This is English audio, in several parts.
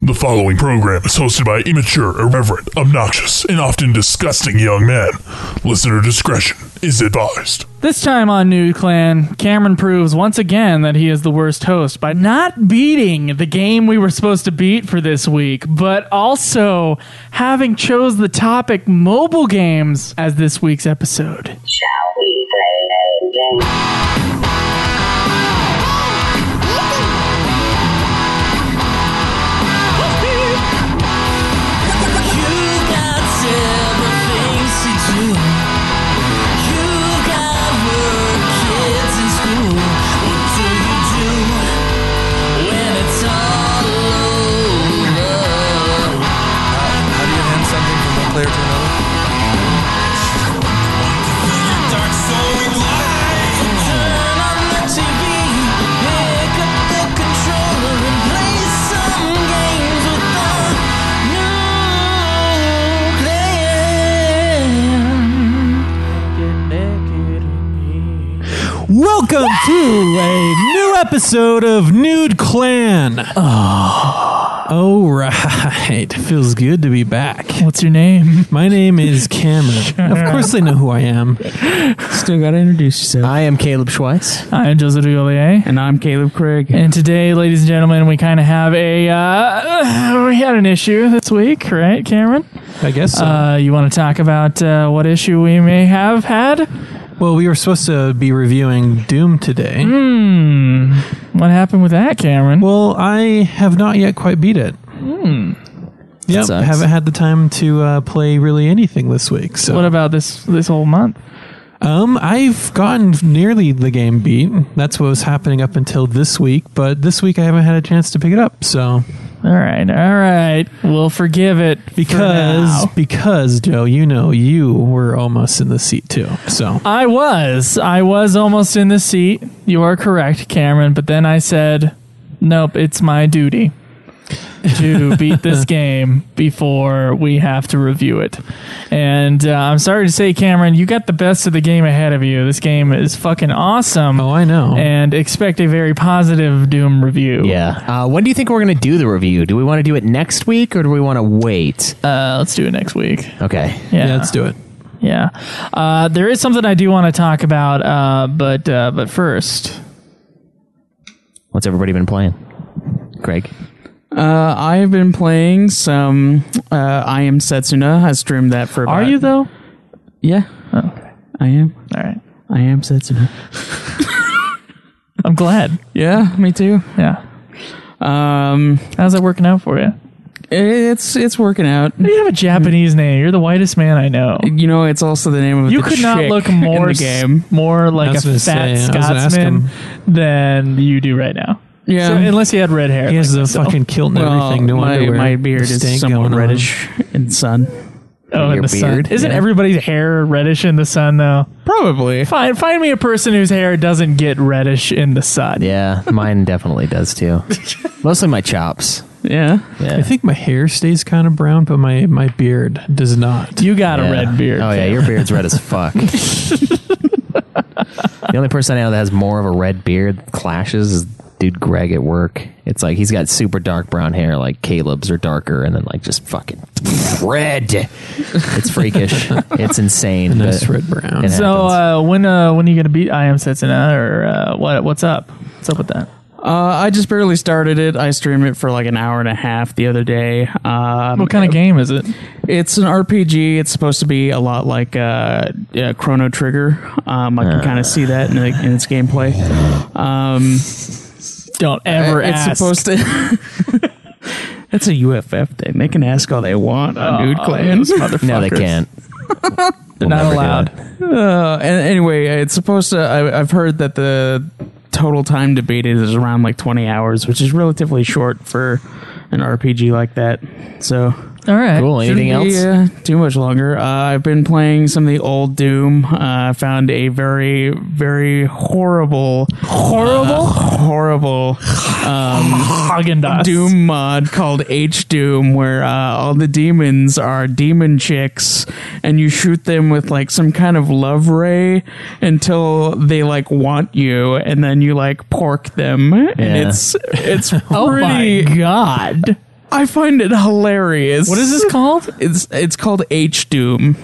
The following program is hosted by immature, irreverent, obnoxious, and often disgusting young men. Listener discretion is advised. This time on New Clan, Cameron proves once again that he is the worst host by not beating the game we were supposed to beat for this week, but also having chose the topic mobile games as this week's episode. Shall we play a game? You got several things to do. You got work, kids in school. What do you do when it's all over? How do you hand something from one player to another? Turn on the TV, pick up the controller and play some games with the new Welcome to a new episode of Nude Clan. Oh. All right. Feels good to be back. What's your name? My name is Cameron. Of course, they know who I am. Still gotta introduce yourself. I am Caleb Schweiss. I am Joseph Dugolier. And I'm Caleb Craig. And today, ladies and gentlemen, we kind of have a. Uh, we had an issue this week, right, Cameron? I guess so. Uh, you want to talk about uh, what issue we may have had? well, we were supposed to be reviewing Doom today. What happened with that, Cameron? Well, I have not yet quite beat it. Yep, sucks. haven't had the time to uh, play really anything this week. So What about this this whole month? Um, I've gotten nearly the game beat. That's what was happening up until this week, but this week I haven't had a chance to pick it up. So All right, all right. We'll forgive it for because now. because Joe, you know you were almost in the seat too. So I was I was almost in the seat. You are correct, Cameron. But then I said, "Nope, it's my duty to beat this game before we have to review it." And uh, I'm sorry to say, Cameron, you got the best of the game ahead of you. This game is fucking awesome. oh, I know. And expect a very positive Doom review. Yeah. Uh, when do you think we're going to do the review? Do we want to do it next week or do we want to wait? Uh, let's do it next week. Okay. Yeah. yeah, let's do it. Yeah, uh, there is something I do want to talk about, uh, but uh, but first, What's everybody been playing? Greg? Uh, I've been playing some. Uh, I am Setsuna. I streamed that for. are about- you Oh, though? Yeah, I am. All right, I am Setsuna. I'm glad. Yeah, me too. Yeah, Um, how's that working out for you? it's it's working out. You have a Japanese name. You're the whitest man I know. You know, it's also the name of You the could not chick look more in the game. s- more like a was gonna fat say, I was gonna ask Scotsman than you do right now. Yeah. So- unless he had red hair. He has like the myself. fucking kilt and Well, everything. No my, underwear. my beard is Stank somewhat going on. reddish in sun. oh, in your the sun. beard, Isn't yeah. everybody's hair reddish in the sun though? Probably. Find find me a person whose hair doesn't get reddish in the sun. Yeah, mine definitely does too. Mostly my chops. Yeah. I think my hair stays kind of brown, but my my beard does not. You got Yeah. a red beard. Oh, yeah, your beard's red as fuck. the only person I know that has more of a red beard clashes is dude Greg at work. It's like he's got super dark brown hair, like Caleb's or darker, and then like just fucking red. It's freakish. it's insane. Nice but red brown. it So happens. uh, when uh, when are you gonna beat I am Setsuna or uh, what what's up? What's up with that? Uh, I just barely started it. I streamed it for like an hour and a half the other day. Um, What kind of game is it? It's an RPG. It's supposed to be a lot like uh, uh, Chrono Trigger. Um, I can kind of see that in, the, in its gameplay. Um, Don't ever it's ask. supposed to. That's a UFF thing. They can ask all they want on Nude Clans. no, they can't. They're not allowed. Uh, and anyway, it's supposed to. I, I've heard that the total time debated is around like 20 hours, which is relatively short for an RPG like that. So All right. Cool. Anything Shouldn't else? be, uh, too much longer. Uh, I've been playing some of the old Doom. Uh, I found a very, very horrible, horrible, horrible Haagen-Dazs. Doom mod called H Doom, where uh, all the demons are demon chicks, and you shoot them with like some kind of love ray until they like want you, and then you like pork them, and Yeah. it's it's Oh pretty my god. I find it hilarious. What is this called? It's it's called H Doom.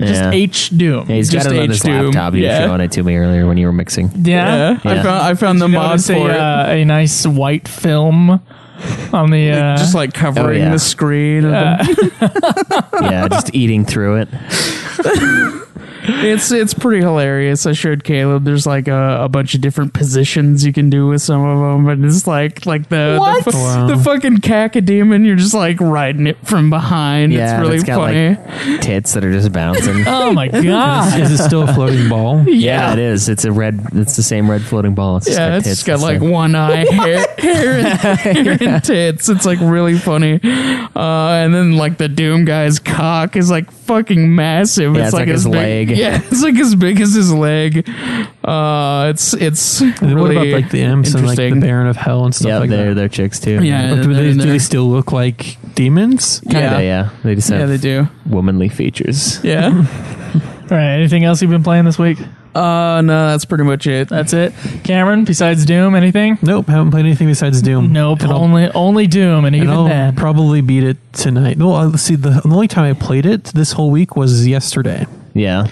Just Yeah. H Doom. Yeah, he's got just it on his H-Doom, laptop. You yeah. were showing it to me earlier when you were mixing. Yeah. I Yeah. found I found the mod Notice for a, it. uh, a nice white film on the uh, just like covering Oh, yeah. the screen. of them. Yeah, just eating through it. It's it's pretty hilarious. I showed Caleb. There's like a, a bunch of different positions you can do with some of them, and it's like like the What? the, fu- the fucking cacodemon. You're just like riding it from behind. Yeah, it's really it's got funny. like tits that are just bouncing. oh my god. Is it still a floating ball? yeah, it is. It's a red. It's the same red floating ball. It's just yeah, got it's tits just got instead. like one eye, hair, hair, and, hair and tits. It's like really funny. Uh, and then like the Doom guy's cock is like fucking massive. Yeah, it's like as his big- leg. Yeah, it's like as big as his leg. Uh, it's it's really what about like the imps and like the interesting. Baron of Hell and stuff yeah, like they're that? they're chicks too. Yeah, Uh, But do, they're they, in do they there. still look like demons? Kinda, yeah. They just have yeah, they do. womanly features. Yeah. uh, All right. Anything else you've been playing this week? Uh, no, that's pretty much it. That's it. Cameron, besides Doom, anything? Nope, haven't played anything besides Doom. Nope. And I'll- Only only Doom, and even and I'll then. probably beat it tonight. No, I- see, the, the only time I played it this whole week was yesterday. Yeah,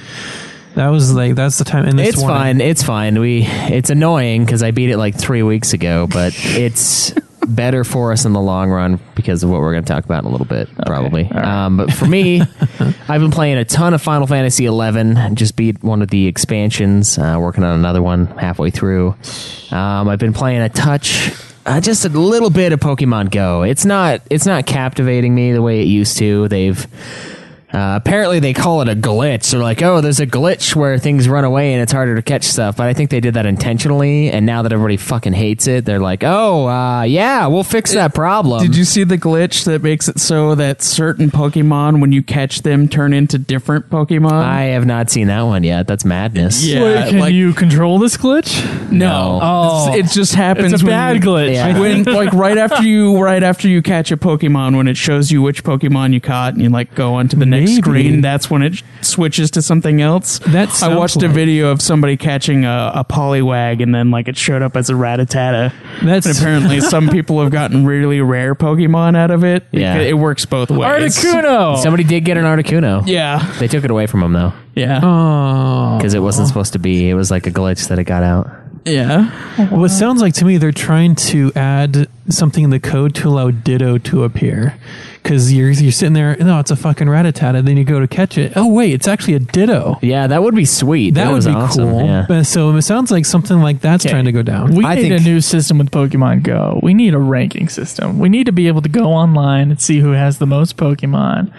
That was like that's the time. And this it's morning. fine. It's fine. We it's annoying because I beat it like three weeks ago, but it's better for us in the long run because of what we're going to talk about in a little bit, probably. Um, but for me, I've been playing a ton of Final Fantasy eleven. Just beat one of the expansions. Uh, working on another one halfway through. Um, I've been playing a touch. Uh, just a little bit of Pokemon Go. It's not. It's not captivating me the way it used to. They've uh, apparently, they call it a glitch. They're like, oh, there's a glitch where things run away and it's harder to catch stuff. But I think they did that intentionally. And now that everybody fucking hates it, they're like, oh, uh, yeah, we'll fix that problem. Did you see the glitch that makes it so that certain Pokemon, when you catch them, turn into different Pokemon? I have not seen that one yet. That's madness. Yeah, Wait, can like- you control this glitch? no. Oh. It's- it just happens. It's a when bad you- glitch. Yeah. when like right after you right after you catch a Pokemon when it shows you which Pokemon you caught and you like go onto the next Maybe. screen that's when it switches to something else. That I sounds watched a like- video of somebody catching a, a Poliwag and then like it showed up as a Rattata. That's- and apparently some people have gotten really rare Pokemon out of it. Yeah. it, works both ways. Oh. Articuno. Somebody did get an Articuno. Yeah, They took it away from him, though, yeah, Um, Oh, because it wasn't supposed to be. It was like a glitch that it got out. yeah. Well, it sounds like to me they're trying to add something in the code to allow Ditto to appear. Because you're you're sitting there, no, it's a fucking Rattata. Then you go to catch it. Oh wait, it's actually a Ditto. Yeah, that would be sweet. That, That, would was be awesome. cool. Yeah. But so it sounds like something like that's trying to go down. We I need think- a new system with Pokemon Go. We need a ranking system. We need to be able to go online and see who has the most Pokemon,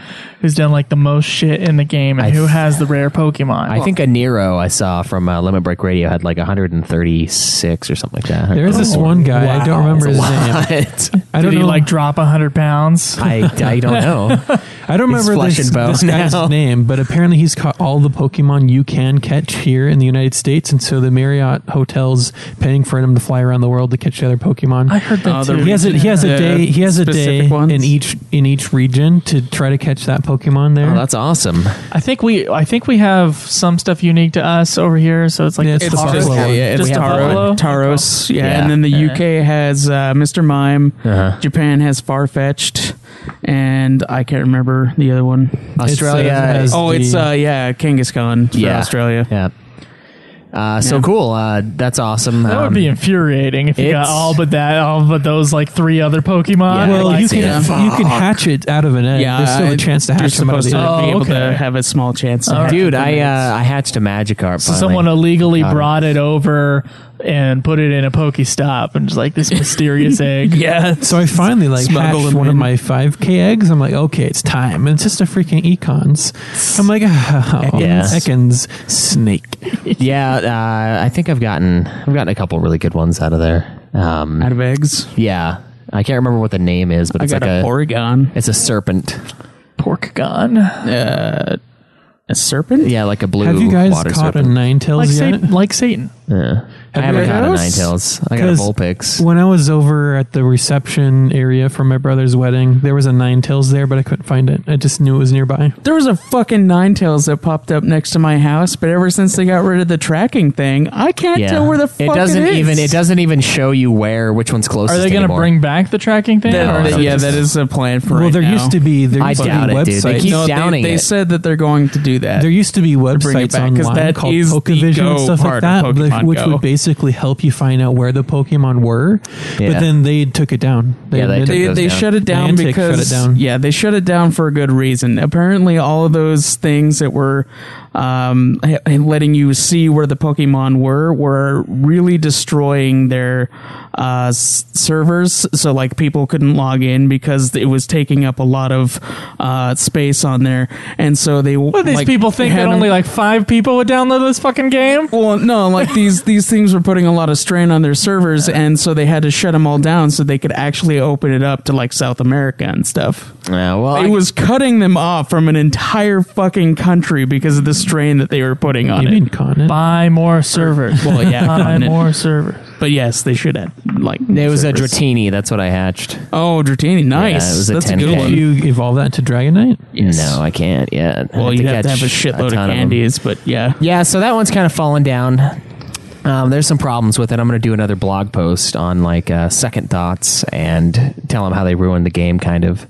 who's done like the most shit in the game, and I who th- has the rare Pokemon. I think a Nero I saw from uh, Limit Break Radio had like 136 or something like that. Oh. there is this one guy I don't remember his name. I Did don't he know. like drop hundred pounds? I, I don't know. I don't He's remember flesh this, and bone this guy's now. name, but apparently he's caught all the Pokemon you can catch here in the United States, and so the Marriott hotels paying for him to fly around the world to catch the other Pokemon. I heard Uh, that Oh, too. they're he has a he has a Yeah. day he has a Specific day ones. in each in each region to try to catch that Pokemon there. Oh, that's awesome. I think we I think we have some stuff unique to us over here, so it's like Yeah, it's the the Tauros. Buffalo one. yeah, it's Just Taro- Buffalo? Taros. Yeah. Yeah. and then the UK has uh, Mr. Mime. Uh-huh. Japan has Farfetched, and I can't remember the other one. It's, uh, Australia. has Oh, the- it's uh, yeah, Kangaskhan for yeah, Australia. Yeah. Uh, so Yeah. cool. Uh, that's awesome. That would Um, be infuriating if you got it's- all but that, all but those like three other Pokemon. Well, Yeah, well, like you can that. you can hatch it out of an egg. There's still a I- chance to you're hatch them out of supposed the egg. to Oh, be able to okay. have a small chance. To All hatch Dude, them. I uh, I hatched a Magikarp. so finally. someone illegally Got it. brought it over and put it in a Pokestop and just like this mysterious egg. yeah, So I finally like Smuggle hatched them one of in. my 5k eggs. I'm like, okay, it's time. And it's just a freaking econs. I'm like, oh, Yeah. Ekans snake. Yeah, uh, I think I've gotten I've gotten a couple really good ones out of there. Um, out of eggs. yeah, I can't remember what the name is, but I it's got like a, a Oregon, it's a serpent. Pork gun. a serpent. Yeah, like a blue Have you guys water caught serpent. a nine Like tails yet? Satan. Like Satan. Yeah. I haven't got a Gyarados? nine tails. I got a 'Cause Vulpix. When I was over at the reception area for my brother's wedding, there was a Nine Tails there, but I couldn't find it. I just knew it was nearby. There was a fucking nine tails that popped up next to my house, but ever since they got rid of the tracking thing, I can't Yeah. tell where the it fuck doesn't is. even it doesn't even show you where which one's closest. Are they going to bring back the tracking thing? That- No, or that- is it yeah, just- that is a plan for. Well, right there now. used to be there I used to be doubt it, dude. websites. They keep No, downing they, they it. said that they're going to do that. There used to be bring it websites back, 'cause online that called is the Pokevision Go and stuff like part that, of but- Pokemon which Go. would basically help you find out where the Pokemon were. Yeah. But then they took it down. Yeah, they took they, goes they down. shut it down Niantic because shut it down. yeah they shut it down for a good reason apparently all of those things that were um, h- letting you see where the pokemon were were really destroying their uh, s- servers so like people couldn't log in because it was taking up a lot of uh, space on there and so they What these people think that only like five people would download this fucking game? well, no, like these these things were putting a lot of strain on their servers, and so they had to shut them all down so they could actually open it up to like South America and stuff. Yeah, well, I- It was cutting them off from an entire fucking country because of the strain that they were putting on You it. mean Conan? Buy more servers. Well, yeah, buy on it. more servers. but yes, they should have like. it was a servers. Dratini. That's what I hatched. Oh, Dratini, nice. it was a That's a 10K. good Did one. you evolve that into Dragonite? No, I can't yet. I well, think you I have to have a sh- shitload of ton 'em. candies, but yeah. Yeah, so that one's kind of fallen down. Um, there's some problems with it. I'm going to do another blog post on like uh, second thoughts and tell them how they ruined the game, kind of.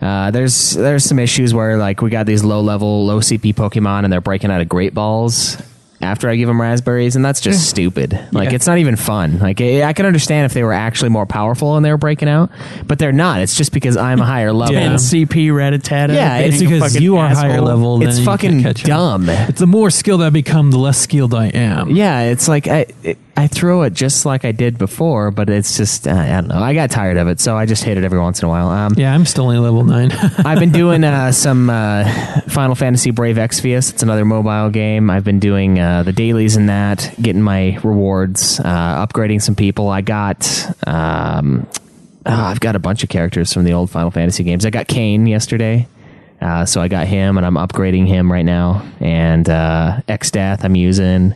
Uh, there's there's some issues where like we got these low level, low CP Pokemon, and they're breaking out of Great Balls after I give them raspberries, and that's just stupid. Like it's not even fun. Like I I can understand if they were actually more powerful and they were breaking out, but they're not. It's just because I'm a higher level. And CP Ratatata. Yeah, being it's a Because fucking you are asshole. higher level. It's then you fucking can't catch up. dumb. It's the more skilled I become, the less skilled I am. Yeah, it's like I it, I throw it just like I did before, but it's just I, I don't know. I got tired of it, so I just hit it every once in a while. Um, Yeah, I'm still only level nine. I've been doing uh, some uh, Final Fantasy Brave Exvius. It's another mobile game. I've been doing uh, the dailies in that, getting my rewards, uh, upgrading some people. I got. Um, oh, I've got a bunch of characters from the old Final Fantasy games. I got Kane yesterday. Uh, so I got him, and I'm upgrading him right now. And uh, Xdath I'm using.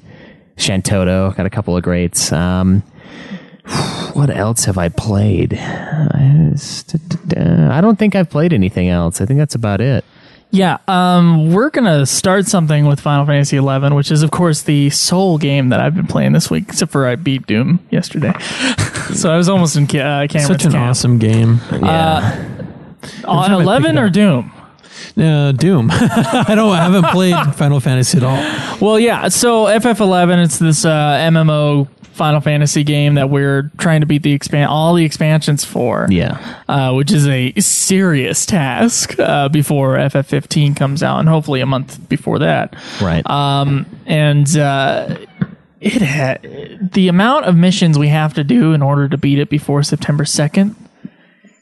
Shantoto, got a couple of greats. Um, what else have I played? I I don't think I've played anything else. I think that's about it. Yeah, um, we're gonna start something with Final Fantasy XI, which is of course the sole game that I've been playing this week, except for I beat Doom yesterday. so I was almost in ca- uh, Cameron's Such an camp. awesome game. Uh, Yeah. on time I pick Eleven it or up. Doom. Uh, Doom. I don't. I haven't played Final Fantasy at all. Well, yeah. So FF11, it's this uh, MMO Final Fantasy game that we're trying to beat the expand all the expansions for. yeah. uh, which is a serious task uh, before FF15 comes out, and hopefully a month before that. Right. Um, and uh, it ha- the amount of missions we have to do in order to beat it before September 2nd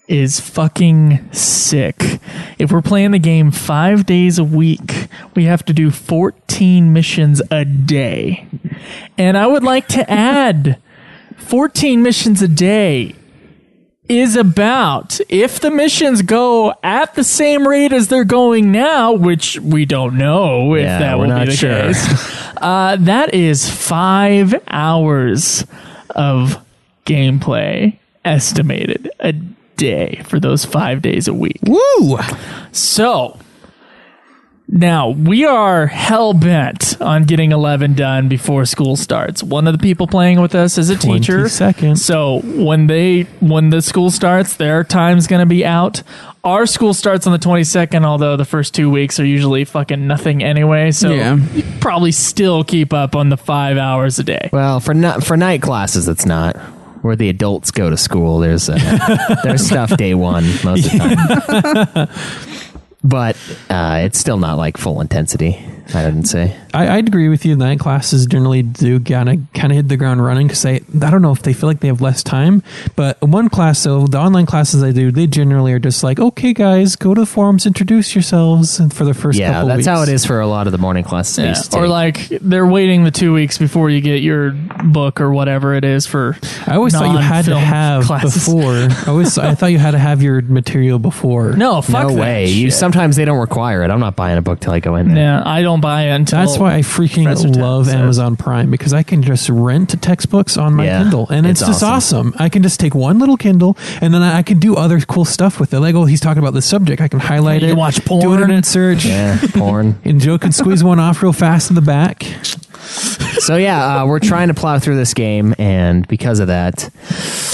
is fucking sick. If we're playing the game five days a week, we have to do 14 missions a day. And I would like to add 14 missions a day is about if the missions go at the same rate as they're going now, which we don't know if Yeah, that we're will not be the sure. case. Uh, that is five hours of gameplay estimated a day for those five days a week. Woo! So now we are hell bent on getting 11 done before school starts. One of the people playing with us is a teacher. 20 seconds. So when they when the school starts, their time's going to be out. Our school starts on the 22nd, although the first 2 weeks are usually fucking nothing anyway, so Yeah. you probably still keep up on the 5 hours a day. well, for not for night classes, it's not where the adults go to school. There's uh, there's stuff day one most of the time. but uh, it's still not like full intensity. I didn't say. I, I'd agree with you. Night classes generally do kind of kind of hit the ground running because I I don't know if they feel like they have less time. But one class, so the online classes I do, they generally are just like, okay, guys, go to the forums, introduce yourselves, and for the first Yeah, couple that's weeks. how it is for a lot of the morning classes. I used to Or take. like they're waiting the two weeks before you get your book or whatever it is for. I always thought you had to non-film have classes. before. I always I thought you had to have your material before. No, fuck no that way. You shit. sometimes they don't require it. I'm not buying a book till I go in there. Yeah, I don't don't buy it until That's why I freaking Professor Tan love says. Amazon Prime because I can just rent textbooks on my Yeah, Kindle and it's, it's just awesome. awesome. I can just take one little Kindle and then I I can do other cool stuff with it. Like, oh, he's talking about this subject. I can highlight You it, can watch do porn. internet search, Yeah, porn. and Joe can squeeze one off real fast in the back. So yeah, uh, we're trying to plow through this game, and because of that,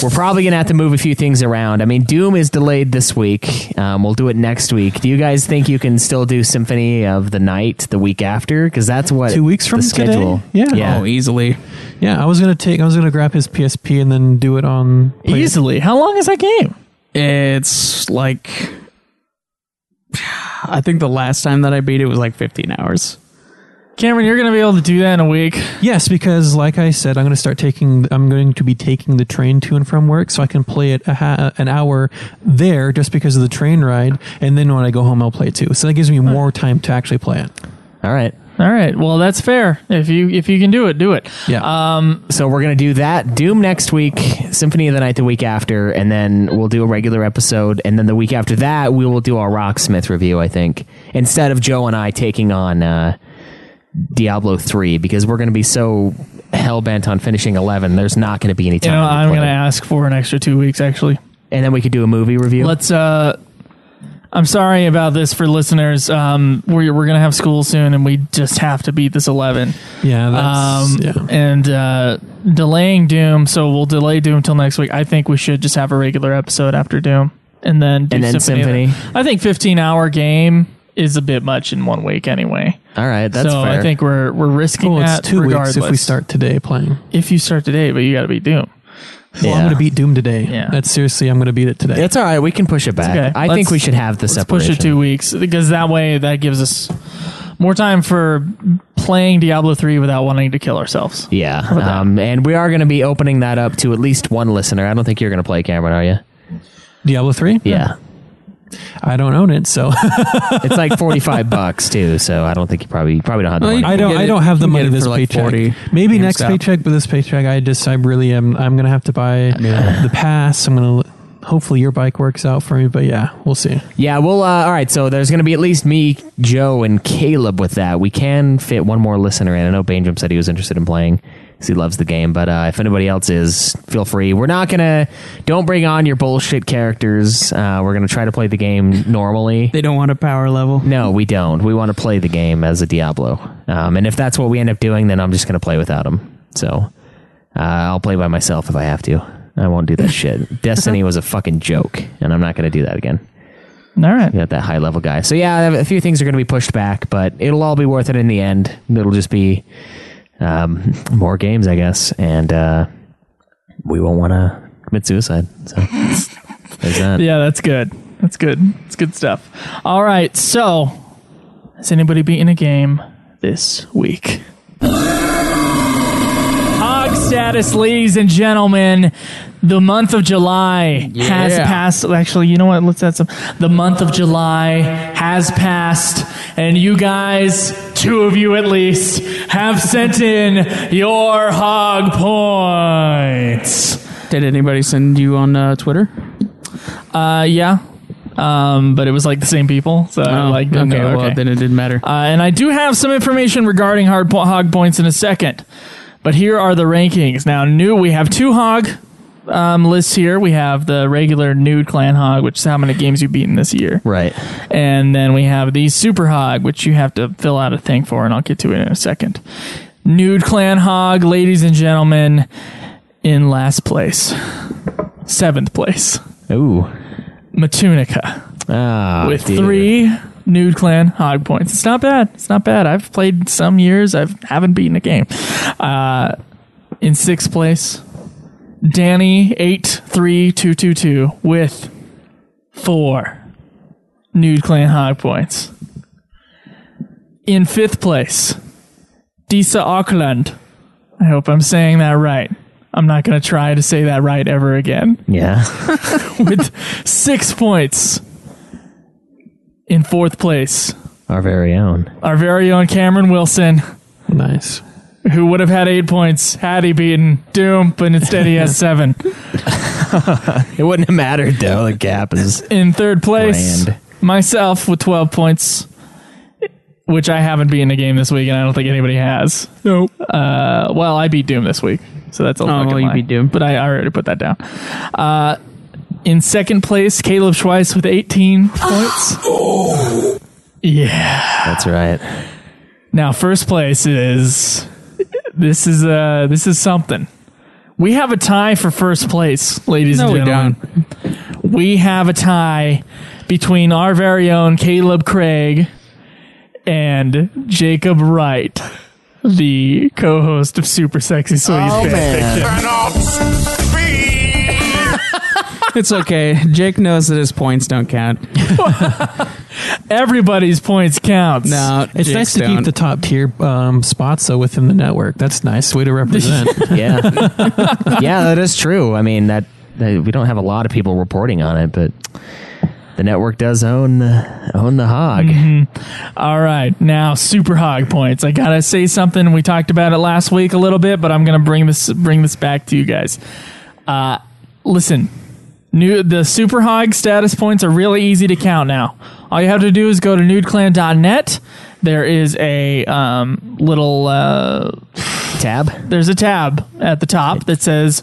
we're probably gonna have to move a few things around. I mean, Doom is delayed this week. Um, we'll do it next week. Do you guys think you can still do Symphony of the Night the week after? Because that's what Two weeks from the today? schedule. Yeah. yeah. Oh, easily. Yeah, I was gonna take, I was gonna grab his PSP and then do it on. play- easily. How long is that game? It's like I think the last time that I beat it was like 15 hours. Cameron, you're gonna be able to do that in a week. Yes, because like I said, I'm going to start taking. I'm going to be taking the train to and from work, so I can play it a ha- an hour there just because of the train ride, and then when I go home, I'll play it too. So that gives me Hmm. more time to actually play it. All right. All right. Well, that's fair. If you if you can do it, do it. Yeah. Uh, So we're gonna do that Doom next week, Symphony of the Night the week after, and then we'll do a regular episode, and then the week after that we will do our Rocksmith review. I think instead of Joe and I taking on uh, Diablo three because we're gonna be so hell bent on finishing eleven. There's not gonna be any You time. know, to I'm play. gonna ask for an extra two weeks actually. and then we could do a movie review. Let's. uh I'm sorry about this for listeners. Um, we're we're gonna have school soon, and we just have to beat this eleven. yeah. That's, Um, yeah. and uh, delaying Doom, so we'll delay Doom till next week. I think we should just have a regular episode after Doom, and then do And then of the- Symphony. I think 15 hour game is a bit much in one week anyway. All right, that's so fair. I think we're we're risking Well, that Oh, it's two regardless. weeks if we start today playing. if you start today, but you got to be Doom. yeah. Well, I'm going to beat Doom today. Yeah. That's seriously, I'm going to beat it today. It's all right. We can push it back. okay. I Let's- think we should have the Let's separation. push it two weeks because that way that gives us more time for playing Diablo three without wanting to kill ourselves. Yeah, about that? um, and we are going to be opening that up to at least one listener. I don't think you're going to play Cameron, are you? Diablo three. Yeah. I don't own it, so It's like forty five bucks too, so I don't think you probably you probably don't have the Well, money. you I don't. get I it- don't have the you can get money it this for, like, paycheck. 40 Maybe next GameStop. paycheck, but this paycheck, I just, I really am. I'm gonna have to buy the pass. I'm gonna. Hopefully, your bike works out for me. But yeah, we'll see. Yeah, well, uh, all right. So there's going to be at least me, Joe, and Caleb with that. We can fit one more listener in. I know Bainjum said he was interested in playing because he loves the game. But uh, if anybody else is, feel free. We're not gonna don't bring on your bullshit characters. Uh, we're gonna try to play the game normally. They don't want a power level. No, we don't. We want to play the game as a Diablo. Um, and if that's what we end up doing, then I'm just going to play without him. So uh, I'll play by myself if I have to. I won't do that shit. Destiny was a fucking joke, and I'm not going to do that again. All right. You got that high level guy. So yeah, a few things are going to be pushed back, but it'll all be worth it in the end. It'll just be um, more games, I guess, and uh, we won't want to commit suicide. So there's that. Yeah, that's good. That's good. It's good stuff. All right. So, has anybody beaten a game this week? Hog status, ladies and gentlemen. The month of July has Yeah. passed. Actually, you know what? Let's add some. The month of July has passed, and you guys, two of you at least, have sent in your hog points. Did anybody send you on uh, Twitter? Uh, yeah. Um, but it was like the same people, so Oh, like okay, didn't know, okay. well then it didn't matter. uh, and I do have some information regarding hard po- hog points in a second, but here are the rankings. Now, new we have two hog um, lists here. We have the regular nude clan hog, which is how many games you've beaten this year, Right. and then we have the super hog, which you have to fill out a thing for, and I'll get to it in a second. Nude clan hog, ladies and gentlemen, in last place, seventh place. Ooh. Matunica Ah, with dear. three nude clan hog points. It's not bad. It's not bad. I've played some years. I haven't beaten a game. Uh, in sixth place, Danny eight three two two two with four nude clan hog points. In fifth place, Disa Auckland. I hope I'm saying that right. I'm not going to try to say that right ever again Yeah. with six points. In fourth place, Our very own. our very own Cameron Wilson, Nice. who would have had eight points had he beaten Doom, but instead he has seven. It wouldn't have mattered though. The gap is In third place, Grand. myself with 12 points. which I haven't beaten a game this week, and I don't think anybody has. Nope. Oh, Uh, well, I beat Doom this week, so that's a fucking well, you lie. beat Doom. but I, I already put that down. Uh, in second place, Caleb Schweiss with 18 points. Yeah. That's right. Now, first place is this is uh this is something. We have a tie for first place, ladies No, we and don't. Oh, gentlemen. We, have a tie between our very own Caleb Craig and Jacob Wright, the co-host of Super Sexy Sweet. Oh. It's okay. Jake knows that his points don't count. Everybody's points counts. No, It's Jake's nice to don't. keep the top tier um, spots though within the network. That's nice way to represent. Yeah. yeah, that is true. I mean, that, that- we don't have a lot of people reporting on it, but the network does own the own the hog. Mm-hmm. All right, now super hog points. I gotta say something. We talked about it last week a little bit, but I'm gonna bring this bring this back to you guys. Uh, listen, new the super hog status points are really easy to count now. All you have to do is go to nudeclan.net. There is a um, little uh, Tab. there's a tab at the top that says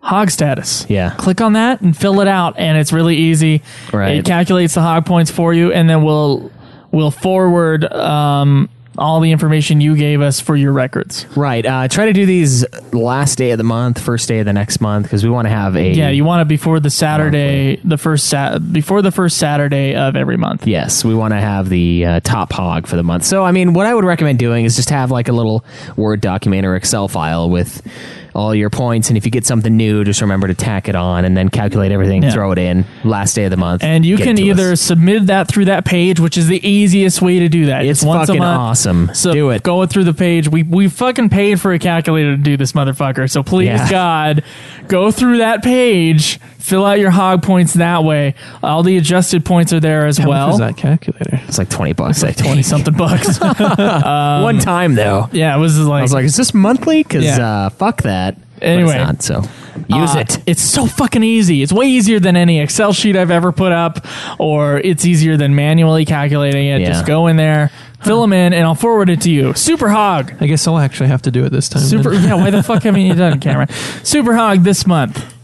hog status. Yeah. Click on that and fill it out, and it's really easy. Right. It calculates the hog points for you, and then we'll we'll forward um, all the information you gave us for your records. Right. Uh, try to do these last day of the month, first day of the next month, because we want to have a Yeah, you want it before the Saturday, the first sat before the first Saturday of every month. Yes, we want to have the uh, top hog for the month. So, I mean, what I would recommend doing is just have like a little Word document or Excel file with all your points. And if you get something new, just remember to tack it on and then calculate everything, Yeah. throw it in last day of the month. And you get can it to either us. submit that through that page, which is the easiest way to do that. It's Just once a fucking month. awesome. So Do it. Going through the page, we we fucking paid for a calculator to do this motherfucker. So please, Yeah. God, go through that page, fill out your hog points that way. All the adjusted points are there as How well. much was that calculator? It's like 20 bucks. I think. Twenty something bucks. One time, though. yeah, it was like, I was like, is this monthly? Because Yeah. uh, fuck that. But Anyway. it's not, so use uh, it. It's so fucking easy. It's way easier than any Excel sheet I've ever put up, or it's easier than manually calculating it. Yeah. Just go in there, fill them in, and I'll forward it to you. Super hog. I guess I'll actually have to do it this time. then. Super. Yeah. Why the fuck haven't you done, it, Cameron? Super Hog this month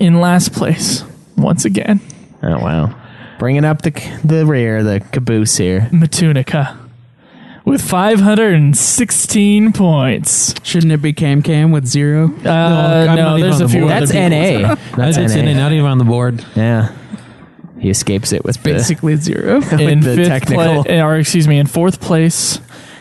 in last place once again. Oh, wow. Bringing up the, c- the rear, the caboose here. Matunica with 516 points. Shouldn't it be Cam Cam with zero? Uh, I'm no, not even there's on a the few. board. other That's people. NA. That's That's in NA. and not even on the board. Yeah. He escapes it with the- Basically zero. in the fifth technical. pla- or excuse me, in fourth place.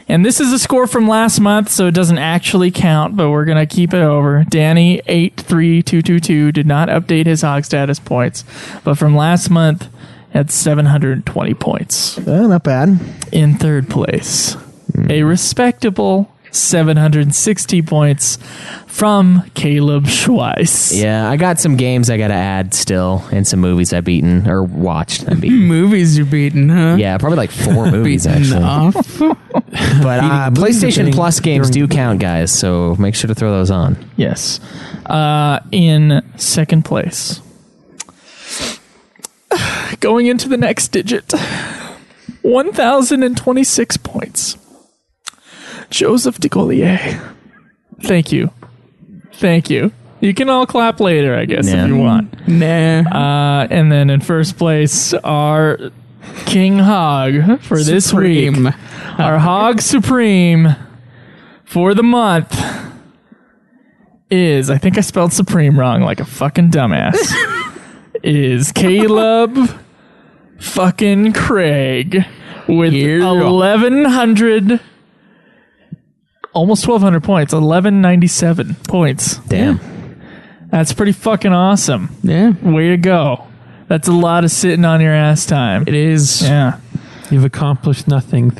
And this is a score from last month, so it doesn't actually count, but we're gonna keep it over. Danny eight three two two two did not update his hog status points, but from last month had seven hundred and twenty points. Oh, not bad. in third place. Hmm. A respectable 760 points from Caleb Schweiss. Yeah, I got some games I got to add still, and some movies I've beaten or watched. I've beaten. Movies you're beating, huh? Yeah, probably like four movies Beaten actually. off. But uh, movies or PlayStation beating Plus games do during- count, guys. So make sure to throw those on. Yes. Uh, in second place. Going into the next digit 1,026 points. Joseph DeGollier. Thank you. Thank you. You can all clap later, I guess, Yeah. if you want. Nah. Uh, and then in first place are King Hog for this Supreme. week. Our Hog Supreme for the month is I think I spelled Supreme wrong like a fucking dumbass. is Caleb fucking Craig with Yeah. eleven hundred almost twelve hundred points, eleven ninety seven points. Damn. That's pretty fucking awesome. Yeah. Way to go. That's a lot of sitting on your ass time. It is. Yeah. You've accomplished nothing.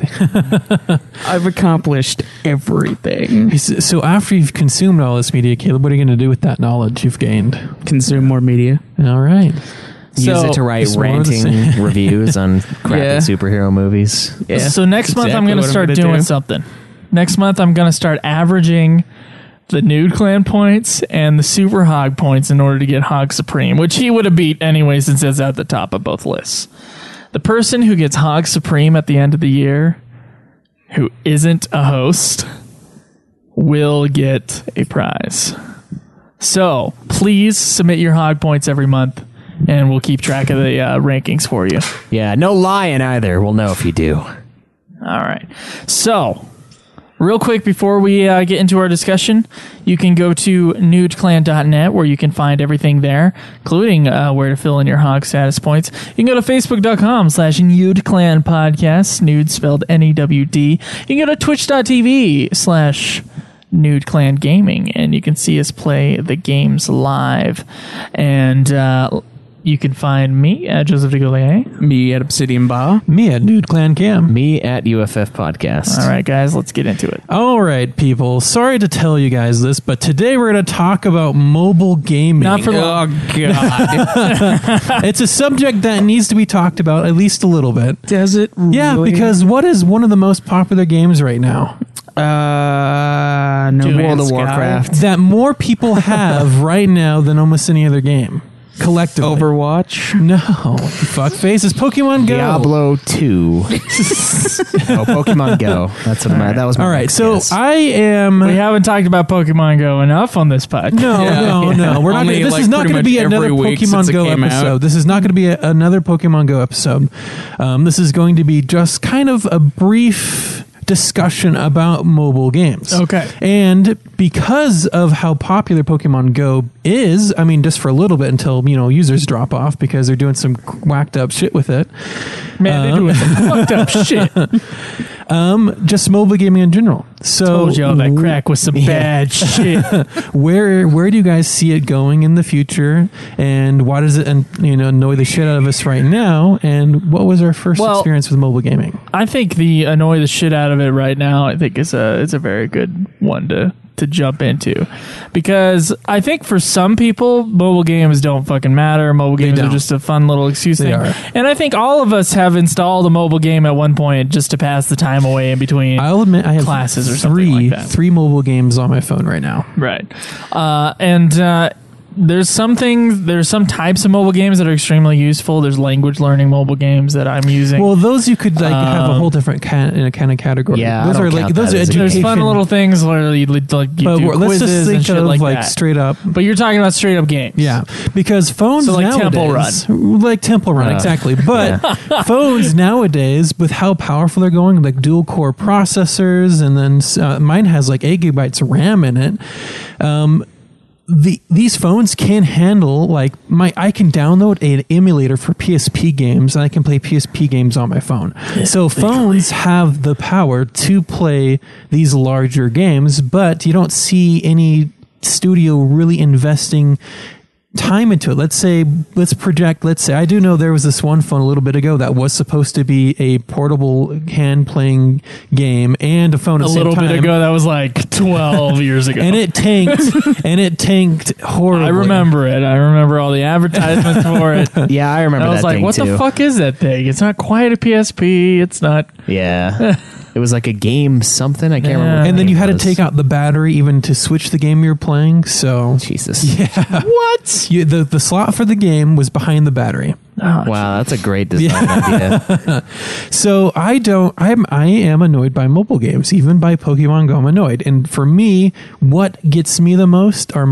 I've accomplished everything. so after you've consumed all this media, Caleb, what are you going to do with that knowledge you've gained? Consume more media. All right. Use So- it to write It's more of the ranting reviews on crappy Yeah. superhero movies. Yeah. So next That's month exactly I'm going what to start gonna doing do. something. Next month I'm going to start averaging the nude clan points and the super hog points in order to get hog supreme, which he would have beat anyway since it's at the top of both lists. The person who gets Hog Supreme at the end of the year, who isn't a host, will get a prize. So please submit your Hog points every month, and we'll keep track of the uh, rankings for you. Yeah, no lying either. We'll know if you do. All right. So, real quick before we uh, get into our discussion, you can go to nudeclan.net where you can find everything there, including uh, where to fill in your hog status points. You can go to facebook.com slash nudeclan podcast, nude spelled N E W D. You can go to twitch.tv slash Nude Clan Gaming, and you can see us play the games live. And uh, you can find me at Joseph DeGaulier. Me at Obsidian Bar. Me at Nude Clan Cam. Me at UFF Podcast. All right, guys, let's get into it. All right, people. Sorry to tell you guys this, but today we're going to talk about mobile gaming. Not for long. Oh, God. it's a subject that needs to be talked about at least a little bit. Does it really? Yeah, because what is one of the most popular games right now uh, no Dude, World Man's of Sky. Warcraft. that more people have right now than almost any other game collectively? Overwatch. No, fuck faces. Pokemon Go. Diablo 2. oh, Pokemon Go. That's what I'm That was my All right, next so guess. I am. We haven't talked about Pokemon Go enough on this podcast. No, Yeah. no, no. We're not. Only, Gonna, this like, is not pretty going to much be every another week since Pokemon it Go came out. episode. This is not going to be a, another Pokemon Go episode. Um, this is going to be just kind of a brief discussion about mobile games. Okay. And because of how popular Pokemon Go is, I mean, just for a little bit until you know users drop off because they're doing some whacked up shit with it. Man, they're doing some Uh, fucked up shit. Oh, Um, just mobile gaming in general. So Told y'all that w- crack was some Yeah. bad shit. where where do you guys see it going in the future and why does it and you know annoy the shit out of us right now and what was our first Well- experience with mobile gaming I think the annoy the shit out of it right now. I think is a is a very good one to to jump into because I think for some people mobile games don't fucking matter. Mobile games are don't. just a fun little excuse They thing. are. And I think all of us have installed a mobile game at one point just to pass the time away in between. i'll admit i have Classes or something three like that. three mobile games on my phone right now Right. Uh, and uh, there's some things, there's some types of mobile games that are extremely useful. There's language learning mobile games that I'm using. well those you could like Um, have a whole different kind in a kind of category Yeah, I those don't are like count those that are as a game. there's education fun little things where you, li- like, you but do we're- let's quizzes just and think shit of like, like, that. straight up but you're talking about straight up games. Yeah, because phones So, like, nowadays, Temple like Temple Run, Uh, exactly. But phones nowadays, with how powerful they're going, like dual core processors, and then uh, mine has like eight gigabytes of RAM in it. Um, the these phones can handle like my I can download an emulator for PSP games, and I can play PSP games on my phone. so phones have the power to play these larger games, but you don't see any studio really investing time into it. Let's say, let's project, let's say, I do know there was this one phone a little bit ago that was supposed to be a portable hand playing game and a phone at A the same little time. bit ago, that was like 12 years ago. And it tanked, and it tanked horribly. I remember it. I remember all the advertisements for it. And yeah, I remember I was that like, thing what too. the fuck is that thing? It's not quite a PSP. It's not. Yeah. it was like a game something. I can't remember. what And then the you had name to was. take out the battery even to switch the game you're playing. So Jesus. What? you, the the slot for the game was behind the battery. Wow, that's a great design idea. So I don't. I'm. I am annoyed by mobile games, even by Pokemon Go. I'm annoyed. And for me, what gets me the most are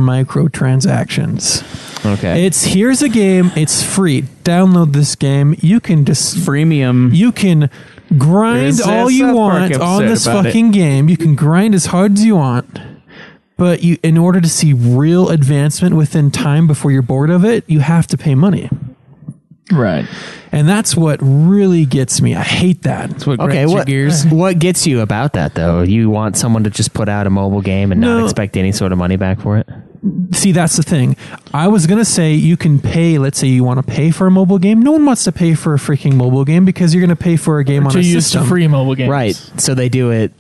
microtransactions. Okay. It's here's a game. It's free. Download this game. You can just. Freemium. You can grind There's a all you South Park want on episode this about it. fucking game. You can grind as hard as you want. But you, in order to see real advancement within time before you're bored of it, you have to pay money. Right. And that's what really gets me. I hate that. That's what Okay, grinds your what, gears. what gets you about that though? You want someone to just put out a mobile game and No. not expect any sort of money back for it? See, that's the thing. I was going to say you can pay, let's say you want to pay for a mobile game. No one wants to pay for a freaking mobile game because you're going to pay for a game on To a use to system. free mobile games. Right. So they do it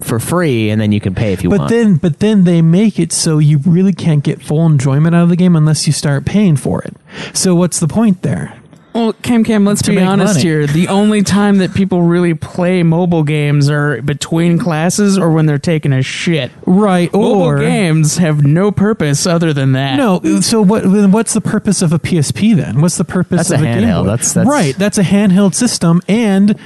for free and then you can pay if you but want. then but then they make it so you really can't get full enjoyment out of the game unless you start paying for it. So what's the point there? Well, Cam Cam, let's be make honest money. here. The only time that people really play mobile games are between classes or when they're taking a shit. Right. Or mobile games have no purpose other than that. No, so what? then What's the purpose of a PSP then? What's the purpose That's of a a, Game handheld. Boy? That's- that's- right. That's a handheld system, and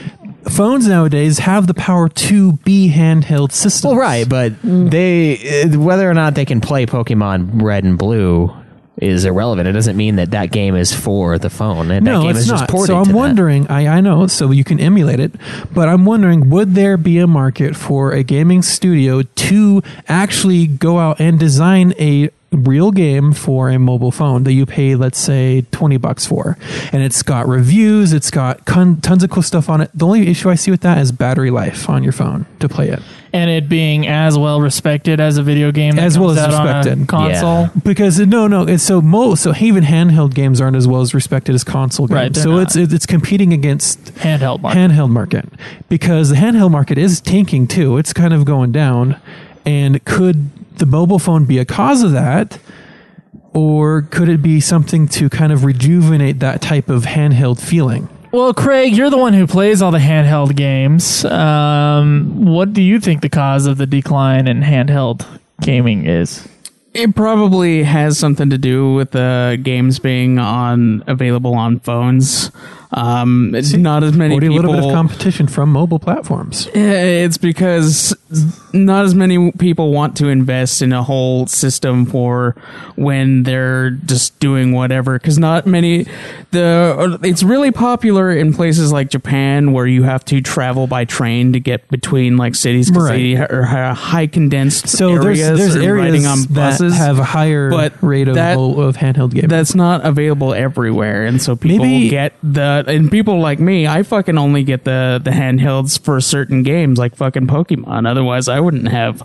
phones nowadays have the power to be handheld systems. Well, right, but Mm. they uh, whether or not they can play Pokemon Red and Blue is irrelevant. It doesn't mean that that game is for the phone. And no, that game it's is not. just ported so I'm to that. wondering. I I know. So you can emulate it, but I'm wondering, would there be a market for a gaming studio to actually go out and design a real game for a mobile phone that you pay let's say 20 bucks for and it's got reviews it's got con- tons of cool stuff on it the only issue i see with that is battery life on your phone to play it and it being as well respected as a video game that As well comes out as on a respected. console. Yeah. because uh, no no it's so mo so even handheld games aren't as well as respected as console games Right, they're so not. it's it's competing against handheld market. handheld market because the handheld market is tanking too. It's kind of going down. And could the mobile phone be a cause of that? Or could it be something to kind of rejuvenate that type of handheld feeling? well, Craig, you're the one who plays all the handheld games. Um, what do you think the cause of the decline in handheld gaming is? It probably has something to do with the games being on available on phones. Um, it's not as many Or do a people. little bit of competition from mobile platforms? Yeah, Eh, it's because not as many people want to invest in a whole system for when they're just doing whatever. Because not many, the it's really popular in places like Japan where you have to travel by train to get between like cities because Right. they are ha- high condensed So areas. there's, there's and areas riding on that buses have a higher but rate of, that- mo- of handheld gaming. that's not available everywhere and so people Maybe- get the and people like me i fucking only get the the handhelds for certain games like fucking pokemon otherwise i wouldn't have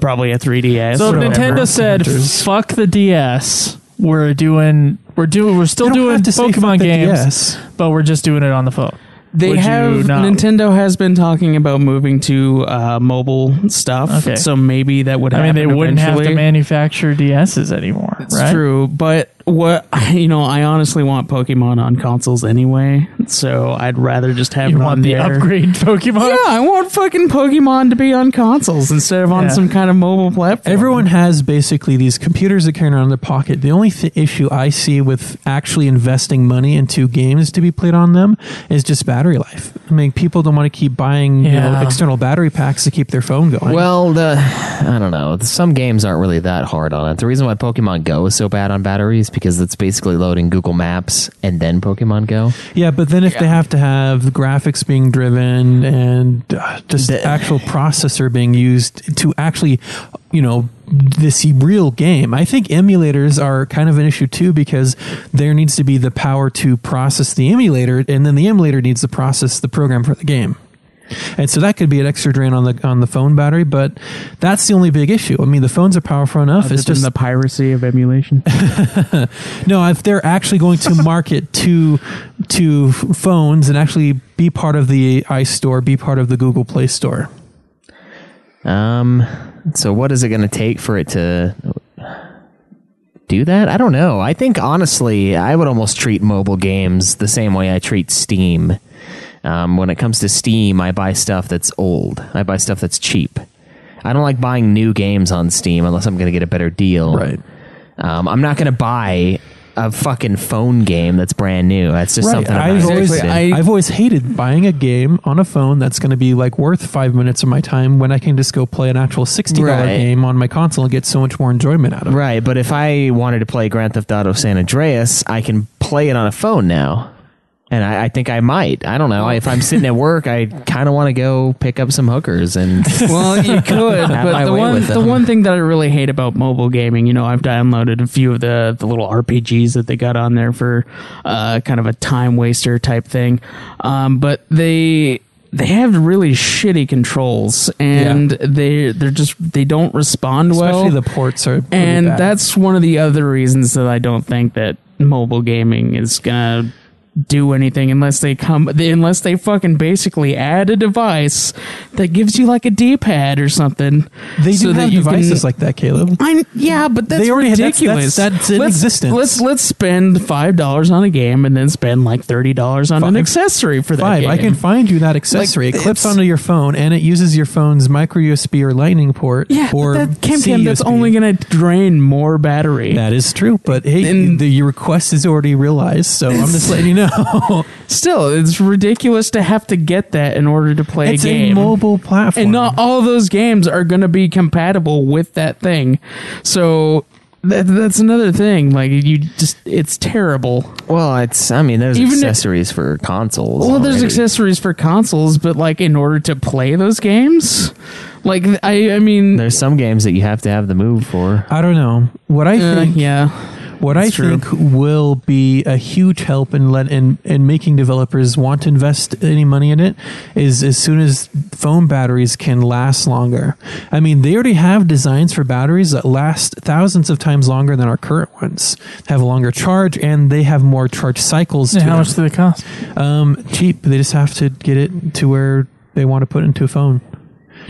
probably a 3ds So or if whatever. Nintendo said, Hunters. "Fuck the DS." We're doing, we're doing, we're still You don't doing have to say Pokemon fuck the games, DS. but we're just doing it on the phone. they Would you have not- nintendo has been talking about moving to uh, mobile stuff Okay. so maybe that would I mean, happen they wouldn't have to eventually. manufacture DSs anymore. It's right? true, but what you know, I honestly want Pokemon on consoles anyway, so I'd rather just have You it on want the there. upgrade Pokemon? Yeah, I want fucking Pokemon to be on consoles instead of on Yeah. some kind of mobile platform. Everyone has basically these computers that carry around in their pocket. The only th- issue I see with actually investing money into games to be played on them is just battery life. I mean, people don't want to keep buying you know, Yeah. external battery packs to keep their phone going. Well, the I don't know. Some games aren't really that hard on it. The reason why Pokemon Go is so bad on batteries because it's basically loading Google Maps and then Pokemon Go. yeah, but then if they have to have graphics being driven and uh, just The- actual processor being used to actually, you know, this real game. I think emulators are kind of an issue too because there needs to be the power to process the emulator, and then the emulator needs to process the program for the game. And so that could be an extra drain on the on the phone battery, but that's the only big issue. I mean, the phones are powerful enough. Other it's than just the piracy of emulation. no, if they're actually going to market to to f- phones and actually be part of the iStore, be part of the Google Play Store. Um, so what is it going to take for it to do that? I don't know. I think honestly, I would almost treat mobile games the same way I treat Steam. Um, when it comes to Steam, I buy stuff that's old. I buy stuff that's cheap. I don't like buying new games on Steam unless I'm going to get a better deal. Um, I'm not going to buy a fucking phone game that's brand new. That's just Right. something I'm I've not always, interested in. I- I've always hated buying a game on a phone that's going to be like worth five minutes of my time when I can just go play an actual sixty dollar Right. game on my console and get so much more enjoyment out of it. Right, but if I wanted to play Grand Theft Auto San Andreas, I can play it on a phone now. And I, I think I might. I don't know. If I'm sitting at work, I kind of want to go pick up some hookers and well, you could, my but the way one with the them. one thing that I really hate about mobile gaming, you know, I've downloaded a few of the the little RPGs that they got on there for uh, kind of a time waster type thing, um, but they. They have really shitty controls, and they they're just they don't respond well. Especially the ports are pretty and bad. that's one of the other reasons that I don't think that mobile gaming is gonna do anything unless they come unless they fucking basically add a device that gives you like a D-pad or something. They do so have you devices can- like that, Caleb. I yeah, but that's They already had- that's- ridiculous. that's- that's in let's, existence. Let's let's spend five dollars on a game and then spend like thirty dollars on an Five. accessory for that Five. game. I can find you that accessory. it clips onto your phone and it uses your phone's micro USB or Lightning port. yeah, but or that Cam Cam, that's CUSB. only going to drain more battery. That is true, but hey, And- the, your request is already realized, so I'm just letting you know. Still, it's ridiculous to have to get that in order to play it's a a, game. mobile platform. and not all those games are going to be compatible with that thing. So that, that's another thing. Like you just, it's terrible. Well, it's. I mean, there's Even if- accessories for consoles. Well, there's already. accessories for consoles, but like in order to play those games, like I, I mean, There's some games that you have to have the move for. I don't know what I uh, think. yeah, what I that's true. think will be a huge help in let in, in making developers want to invest any money in it is as soon as phone batteries can last longer. I mean, they already have designs for batteries that last thousands of times longer than our current ones. Have a longer charge and they have more charge cycles. And to how them. much do they cost? Um, cheap. They just have to get it to where they want to put it into a phone.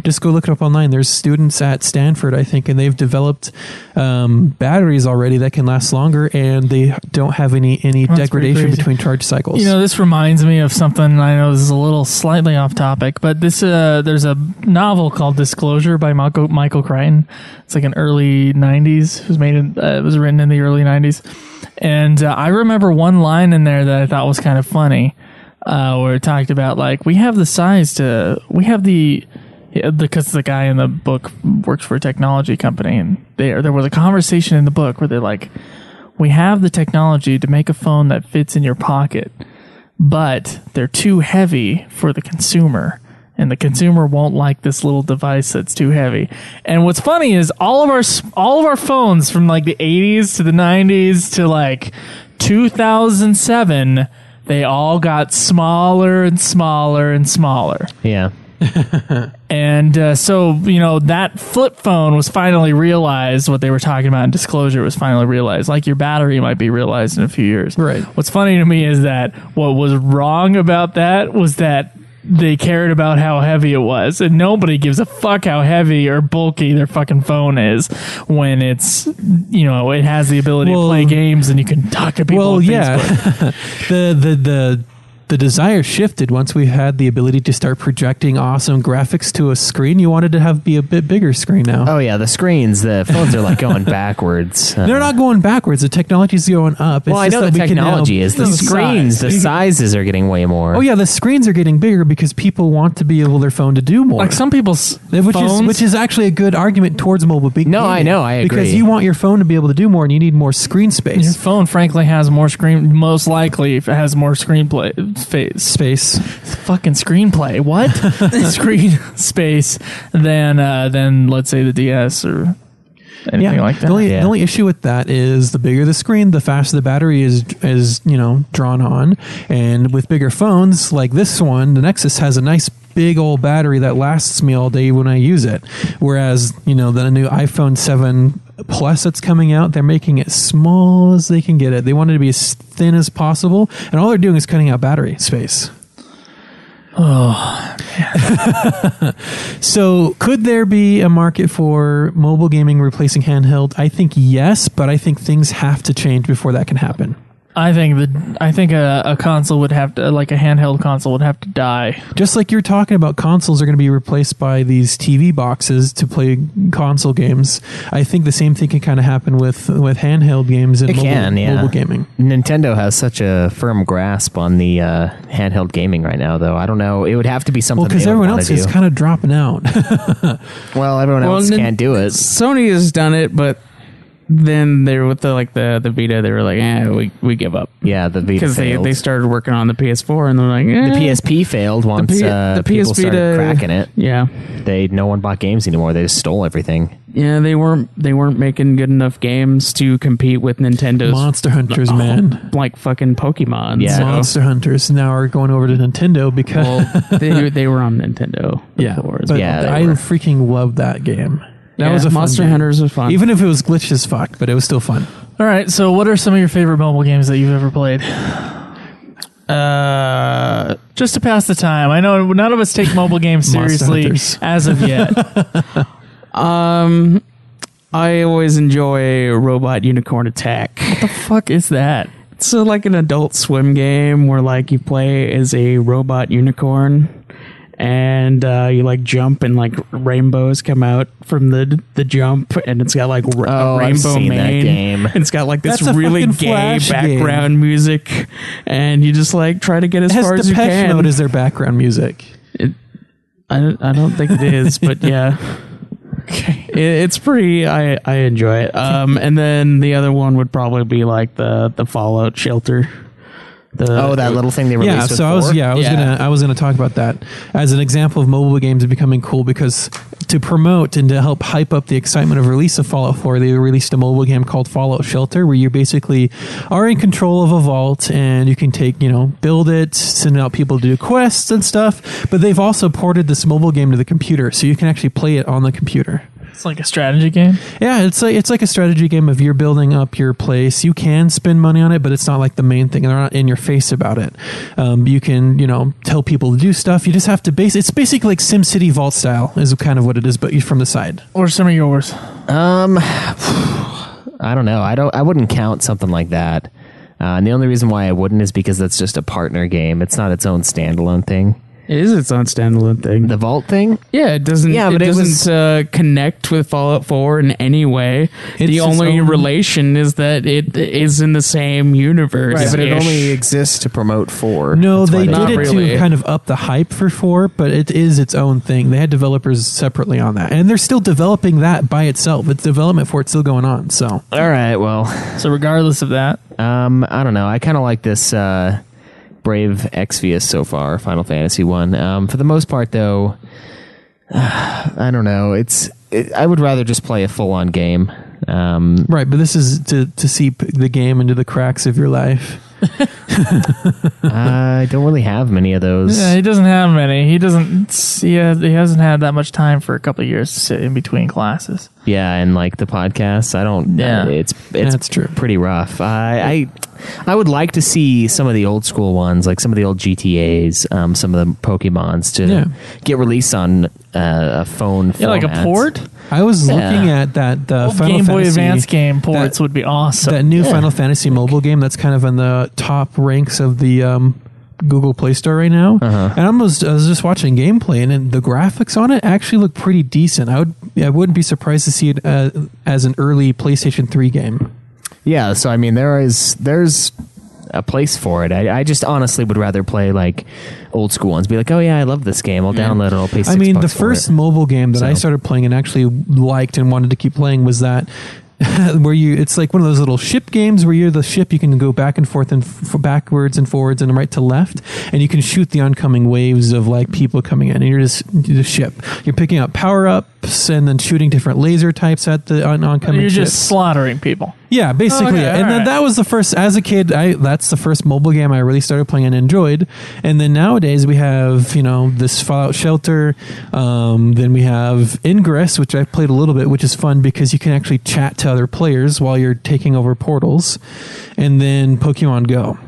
Just go look it up online. There's students at Stanford, I think, and they've developed um, batteries already that can last longer, and they don't have any any That's pretty degradation crazy. between charge cycles. You know, this reminds me of something. and I know this is a little slightly off topic, but this uh, there's a novel called Disclosure by Michael, Michael Crichton. It's like an early '90s. It was made. In, uh, it was written in the early '90s, and uh, I remember one line in there that I thought was kind of funny, uh, where it talked about like we have the size to we have the yeah, because the guy in the book works for a technology company, and there there was a conversation in the book where they're like, "We have the technology to make a phone that fits in your pocket, but they're too heavy for the consumer, and the consumer won't like this little device that's too heavy." And what's funny is all of our s- all of our phones from like the '80s to the '90s to like 2007. They all got smaller and smaller and smaller. Yeah. And uh, so, you know, that flip phone was finally realized what they were talking about in disclosure was finally realized. Like your battery might be realized in a few years. Right. What's funny to me is that what was wrong about that was that they cared about how heavy it was. And nobody gives a fuck how heavy or bulky their fucking phone is when it's, you know, it has the ability Well- to play games and you can talk to people. well, on yeah, Facebook. the the the. The desire shifted once we had the ability to start projecting awesome graphics to a screen. You wanted to have be a bit bigger screen now. Oh yeah, the screens, the phones are like going backwards. Uh, They're not going backwards. The technology's going up. It's well, I just know the that we can now technology is the size. screens, the sizes are getting way more. Oh yeah, the screens are getting bigger because people want to be able their phone to do more. Like some people's which phones, is which is actually a good argument towards mobile. Be- No, I know, I Because agree. you want your phone to be able to do more, and you need more screen Your space. phone, frankly, has more screen. Most likely, if it has more screenplay space. Space. Fucking screenplay. What screen space than uh, than let's say the DS or anything like that. The only, Yeah. the only issue with that is the bigger the screen, the faster the battery is is you know drawn on, and with bigger phones like this one, the Nexus has a nice big old battery that lasts me all day when I use it. Whereas you know the new iPhone seven plus that's coming out they're making it small as they can get it they want it to be as thin as possible and all they're doing is cutting out battery space So, could there be a market for mobile gaming replacing handheld? I think yes, but I think things have to change before that can happen. I think the I think a, a console would have to like a handheld console would have to die. Just like you're talking about, consoles are going to be replaced by these TV boxes to play console games. I think the same thing can kind of happen with with handheld games and It mobile, can, yeah. mobile gaming. Nintendo has such a firm grasp on the uh, handheld gaming right now, though. I don't know. It would have to be something. Well, because they would everyone wanna else is do. kind of dropping out. well, everyone else Nin- can't do it. Sony has done it, but then they're with the like the the Vita. They were like, eh, we we give up Yeah, the Vita because they failed. they started working on the PS4 and they're like, eh, the PSP failed once P- uh, people started cracking it. Yeah, They no one bought games anymore. They just stole everything. yeah, they weren't they weren't making good enough games to compete with Nintendo's Monster Hunters, man. like fucking Pokemon. Yeah. so- Monster Hunters now are going over to Nintendo because well, they they were on Nintendo. yeah, before as but well. Yeah, they I were. freaking love that game. That Yeah, was a fun Monster game. Hunters was fun. Even if it was glitched as fuck, but it was still fun. All right. So, what are some of your favorite mobile games that you've ever played? Uh, Just to pass the time. I know none of us take mobile games Monster seriously Hunters. as of yet. um, I always enjoy Robot Unicorn Attack. Fuck is that? It's uh, like an adult swim game where like you play as a robot unicorn and uh, you like jump and like rainbows come out from the the jump and it's got like ra- a Oh, I've rainbow seen that mane. game. And it's got like this That's a really fucking gay Flash game. background music and you just like try to get as Has far as you Depeche can. Mode as their background music. I don't, I don't think it is, but yeah. Okay. it's pretty I I enjoy it. Um and then the other one would probably be like the the Fallout shelter. The, Oh, that little thing they released. yeah, with so I was four? yeah, I was Yeah. gonna I was gonna talk about that as an example of mobile games becoming cool because to promote and to help hype up the excitement of release of Fallout 4, they released a mobile game called Fallout Shelter where you basically are in control of a vault and you can take you know build it, send out people to do quests and stuff. But they've also ported this mobile game to the computer, so you can actually play it on the computer. It's like a strategy game. Yeah, it's like it's like a strategy game of you're building up your place. You can spend money on it, but it's not like the main thing. They're not in your face about it. Um, you can you know tell people to do stuff. You just have to base. It's basically like SimCity Vault style is kind of what it is, but you from the side. Or some of yours. Um, I don't know. I don't. I wouldn't count something like that. Uh, and the only reason why I wouldn't is because that's just a partner game. It's not its own standalone thing. It is its own standalone thing. The Vault thing. yeah, it doesn't. Yeah, it but it doesn't was- uh, connect with Fallout Four in any way. its the only own- relation is that it is in the same universe. Right, but it only ish. exists to promote four. No, That's why they did Not it really. to kind of up the hype for four, but it is its own thing. They had developers separately on that, and they're still developing that by itself. It's development for it's still going on. So All right. Well, So regardless of that, um, I don't know. I kind of like this uh, Brave Exvius so far, Final Fantasy one. Um, for the most part, though, I don't know. It's. It, I would rather just play a full on game. Um, right, but this is to to seep the game into the cracks of your life. I don't really have many of those. yeah, he doesn't have many. He doesn't. He, has, he hasn't had that much time for a couple of years to sit in between classes. Yeah, and like the podcasts, I don't. Yeah. Yeah, it's it's That's true. Pretty rough. I, I I would like to see some of the old school ones, like some of the old GTA's, um, some of the Pokemon's, to Yeah. get released on uh, a phone. Yeah, like a format. port. I was Yeah. looking at that the Old Final Game Boy Fantasy, Advance game ports that, would be awesome. that new Final Fantasy mobile game that's kind of in the top ranks of the um, Google Play Store right now. And I was, I was just watching gameplay, and, then the graphics on it actually look pretty decent. I would I wouldn't be surprised to see it uh, as an early PlayStation Three game. Yeah, so I mean, there is there's a place for it. I, I just honestly would rather play like old school ones. Be like, oh yeah, I love this game. I'll download it. I'll pay. Six I mean, the bucks for first it. mobile game that I So- started playing and actually liked and wanted to keep playing was that. where you it's like one of those little ship games where you're the ship you can go back and forth and f- backwards and forwards and right to left and you can shoot the oncoming waves of like people coming in and you're just you're the ship you're picking up power-ups and then shooting different laser types at the on- oncoming You're ships. just slaughtering people. Yeah, basically. Okay, and then alright. that was the first as a kid, I that's the first mobile game I really started playing and enjoyed. And then nowadays we have, you know, this Fallout Shelter, um, then we have Ingress, which I played a little bit, which is fun because you can actually chat to other players while you're taking over portals. And then Pokemon Go.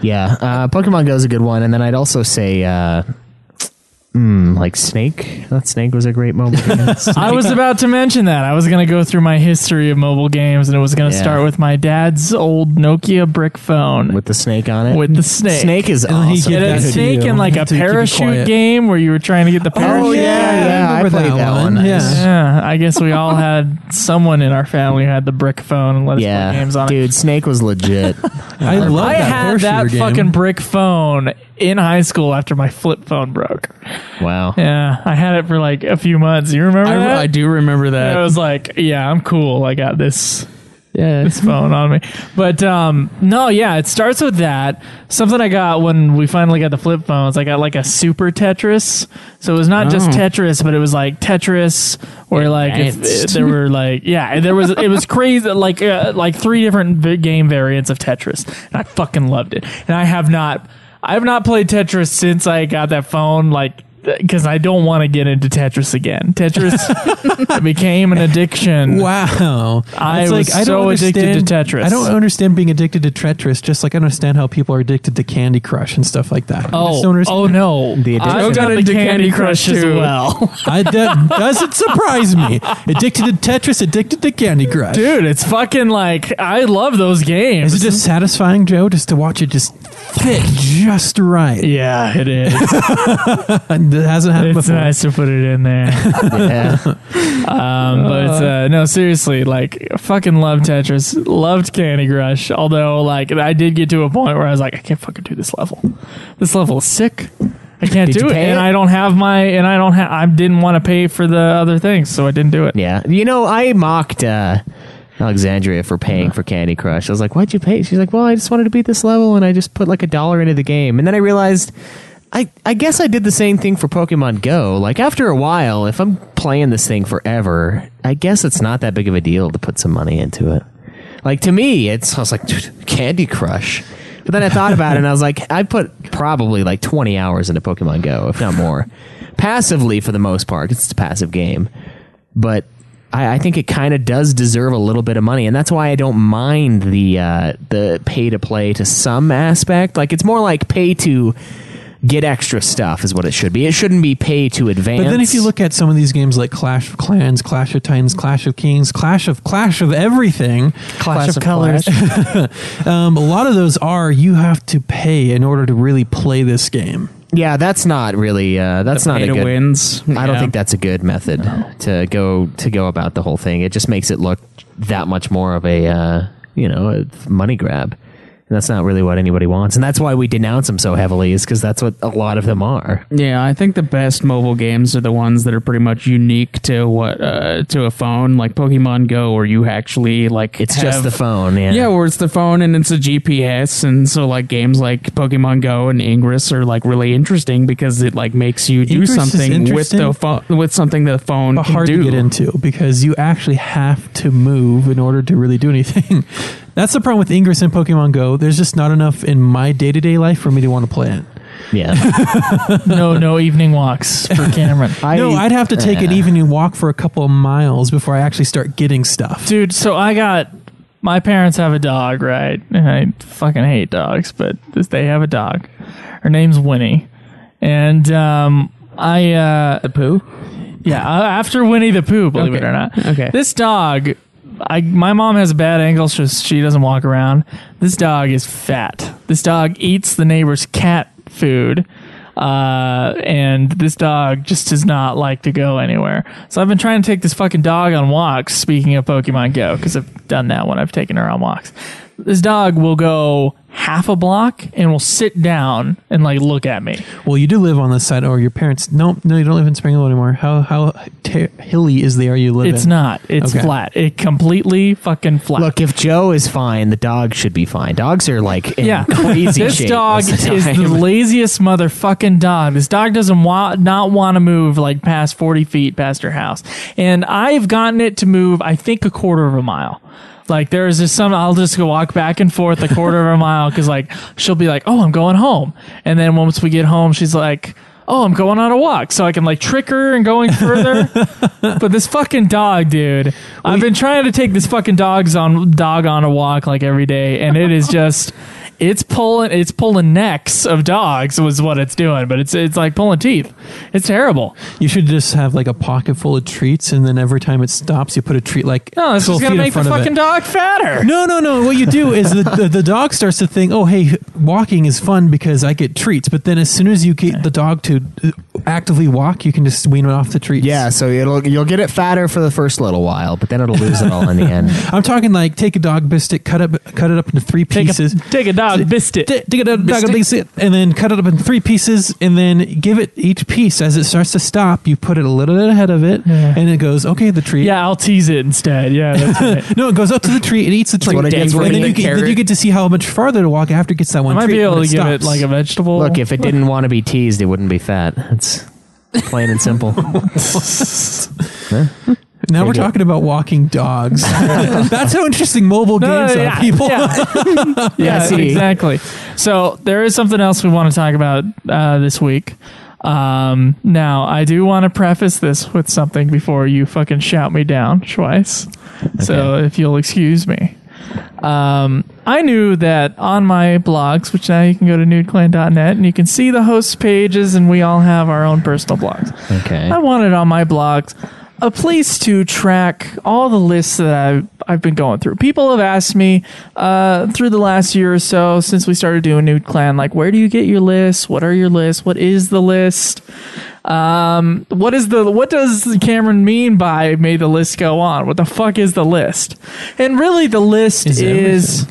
Yeah, uh, Pokemon Go is a good one, and then I'd also say. Uh, mm, like Snake, that Snake was a great mobile game. I was about to mention that. I was going to go through my history of mobile games, and it was going to Yeah. start with my dad's old Nokia brick phone with, with the snake on it. the snake. snake is then he awesome. get It Yeah, had to snake you. and like a To keep you parachute quiet. game where you were trying to get the parachute. Oh, yeah, yeah, I remember played that one. Yeah. Yeah, I guess we all had someone in our family who had the brick phone and let us play Yeah, games on it. dude, Snake was legit. I love I that had horseshoe that game. fucking brick phone in high school after my flip phone broke. wow. Yeah, I had it for like a few months. You remember that? I, I do remember that. I was like, yeah, I'm cool. I got this yeah, this phone on me. But um, no, yeah, it starts with that. Something I got when we finally got the flip phones, I got like a super Tetris. So it was not just Oh. Tetris, but it was like Tetris or like if, Advanced. there were like yeah, and there was it was crazy like uh, like three different vi- game variants of Tetris, and I fucking loved it. And I have not I have not played Tetris since I got that phone like because I don't want to get into Tetris again. Tetris became an addiction. Wow. I It's was so addicted to understand- Tetris. I don't understand being addicted to Tetris, just like I don't understand how people are addicted to Candy Crush and stuff like that. I just don't Oh, understand- oh no! The addiction. I I got into Candy Crush as too. well, I, that doesn't surprise me. Addicted to Tetris, addicted to Candy Crush. dude. It's fucking like I love those games. Is it just satisfying, Joe, just to watch it just fit just right? yeah, it is. And That hasn't happened it's before. nice to put it in there. Yeah. Um, but uh, no, seriously, like fucking loved Tetris, loved Candy Crush. Although, like, I did get to a point where I was like, I can't fucking do this level. This level is sick. I can't Did do you it, pay and it? I don't have my, and I don't have, I didn't want to pay for the other things, so I didn't do it. yeah. You know, I mocked uh, Alexandria for paying for Candy Crush. I was like, why'd you pay? She's like, well, I just wanted to beat this level and I just put like a dollar into the game. And then I realized. I, I guess I did the same thing for Pokemon Go. Like, after a while, if I'm playing this thing forever, I guess it's not that big of a deal to put some money into it. Like, to me, it's, I was like, "Dude, Candy Crush. But then I thought about it and I was like, I put probably like 20 hours into Pokemon Go, if not more. Passively, for the most part, it's a passive game. but I, I think it kind of does deserve a little bit of money, and that's why I don't mind the uh, the pay to play to some aspect. Like it's more like pay to get extra stuff is what it should be. It shouldn't be pay to advance. But then if you look at some of these games like Clash of Clans, Clash of Titans, Clash of Kings, Clash of Clash of everything, Clash of Colors. um, a lot of those are you have to pay in order to really play this game. yeah, that's not really uh, that's not a Ada good. wins. I don't Yeah. think that's a good method to go to go about the whole thing. It just makes it look that much more of a uh, you know a money grab. And that's not really what anybody wants, and that's why we denounce them so heavily. Is because that's what a lot of them are. Yeah, I think the best mobile games are the ones that are pretty much unique to what uh, to a phone, like Pokemon Go, where you actually like It's have- just the phone. Yeah, where it's the phone and it's a GPS, and so like games like Pokemon Go and Ingress are like really interesting because it like makes you do Ingress is something with interesting. the phone with something the phone But can hard do. to get into because you actually have to move in order to really do anything. That's the problem with Ingress and Pokemon Go. There's just not enough in my day to day life for me to want to play it. Yeah. No, no evening walks for Cameron. I, no, I'd have to take an evening walk for a couple of miles before I actually start getting stuff. dude. So I got my parents have a dog, right? And I fucking hate dogs, but this, they have a dog. Her name's Winnie, and um, I uh, the poo. Yeah, uh, after Winnie the Pooh, believe it Okay. or not. Okay. This dog, I my mom has a bad ankle, so she doesn't walk around. This dog is fat. This dog eats the neighbor's cat food. Uh, and this dog just does not like to go anywhere. So I've been trying to take this fucking dog on walks. Speaking of Pokemon Go, because I've done that when I've taken her on walks. This dog will go half a block and will sit down and like look at me. Well, you do live on this side, or your parents? Nope, no, you don't live in Springfield anymore. How how ter- hilly is the area you live in? It's not. It's Okay. flat. It completely fucking flat. Look, if Joe is fine, the dog should be fine. Dogs are like in Yeah. crazy this shape dog most of the is time. the laziest motherfucking dog. This dog doesn't want not want to move like past forty feet past her house, and I've gotten it to move. I think a quarter of a mile. Like there is just some. I'll just go walk back and forth a quarter of a mile because like she'll be like, "Oh, I'm going home," and then once we get home, she's like. Oh, I'm going on a walk, so I can like trick her and going further. but this fucking dog, dude, I've been trying to take this fucking dog's on dog on a walk like every day, and it is just it's pulling it's pulling necks of dogs was what it's doing, but it's it's like pulling teeth. It's terrible. You should just have like a pocket full of treats, and then every time it stops, you put a treat like No, this is 12 gonna feet in make the front of fucking it. dog fatter. No, no, no. What you do is the, the, the dog starts to think, oh, hey, walking is fun because I get treats. But then as soon as you get the dog to uh, actively walk, you can just wean it off the treats. yeah, so it'll you'll get it fatter for the first little while, but then it'll lose it all in the end. I'm talking like take a dog biscuit, cut up, cut it up into three Take a, pieces. take a dog biscuit. T- Take a dog dog biscuit and then cut it up in three pieces, and then give it each piece as it starts to stop. You put it a little bit ahead of it, Yeah. and it goes okay. The treat, Yeah, I'll tease it instead. Yeah, that's right. No, it goes up to the tree. It eats the tree, what it and gets for then eating you, the get, then you carrot. get to see how much farther to walk after it gets that I one. might treat be able when to give it stops. like a vegetable. Look, if it didn't want to be teased, it wouldn't be fat. That's plain and simple. now we're talking about walking dogs. That's how interesting mobile No, games no, are, people. Yeah, yeah see. exactly. So there is something else we want to talk about uh, this week. Um, now, I do want to preface this with something before you fucking shout me down twice. So, if you'll excuse me. Um, I knew that on my blogs, which now you can go to nudeclan.net and you can see the host pages, and we all have our own personal blogs. Okay. I wanted on my blogs a place to track all the lists that I've, I've been going through. People have asked me uh, through the last year or so since we started doing Nude Clan, like, where do you get your lists? What are your lists? What is the list? Um, what is the what does Cameron mean by may the list go on? What the fuck is the list? And really, the list Is is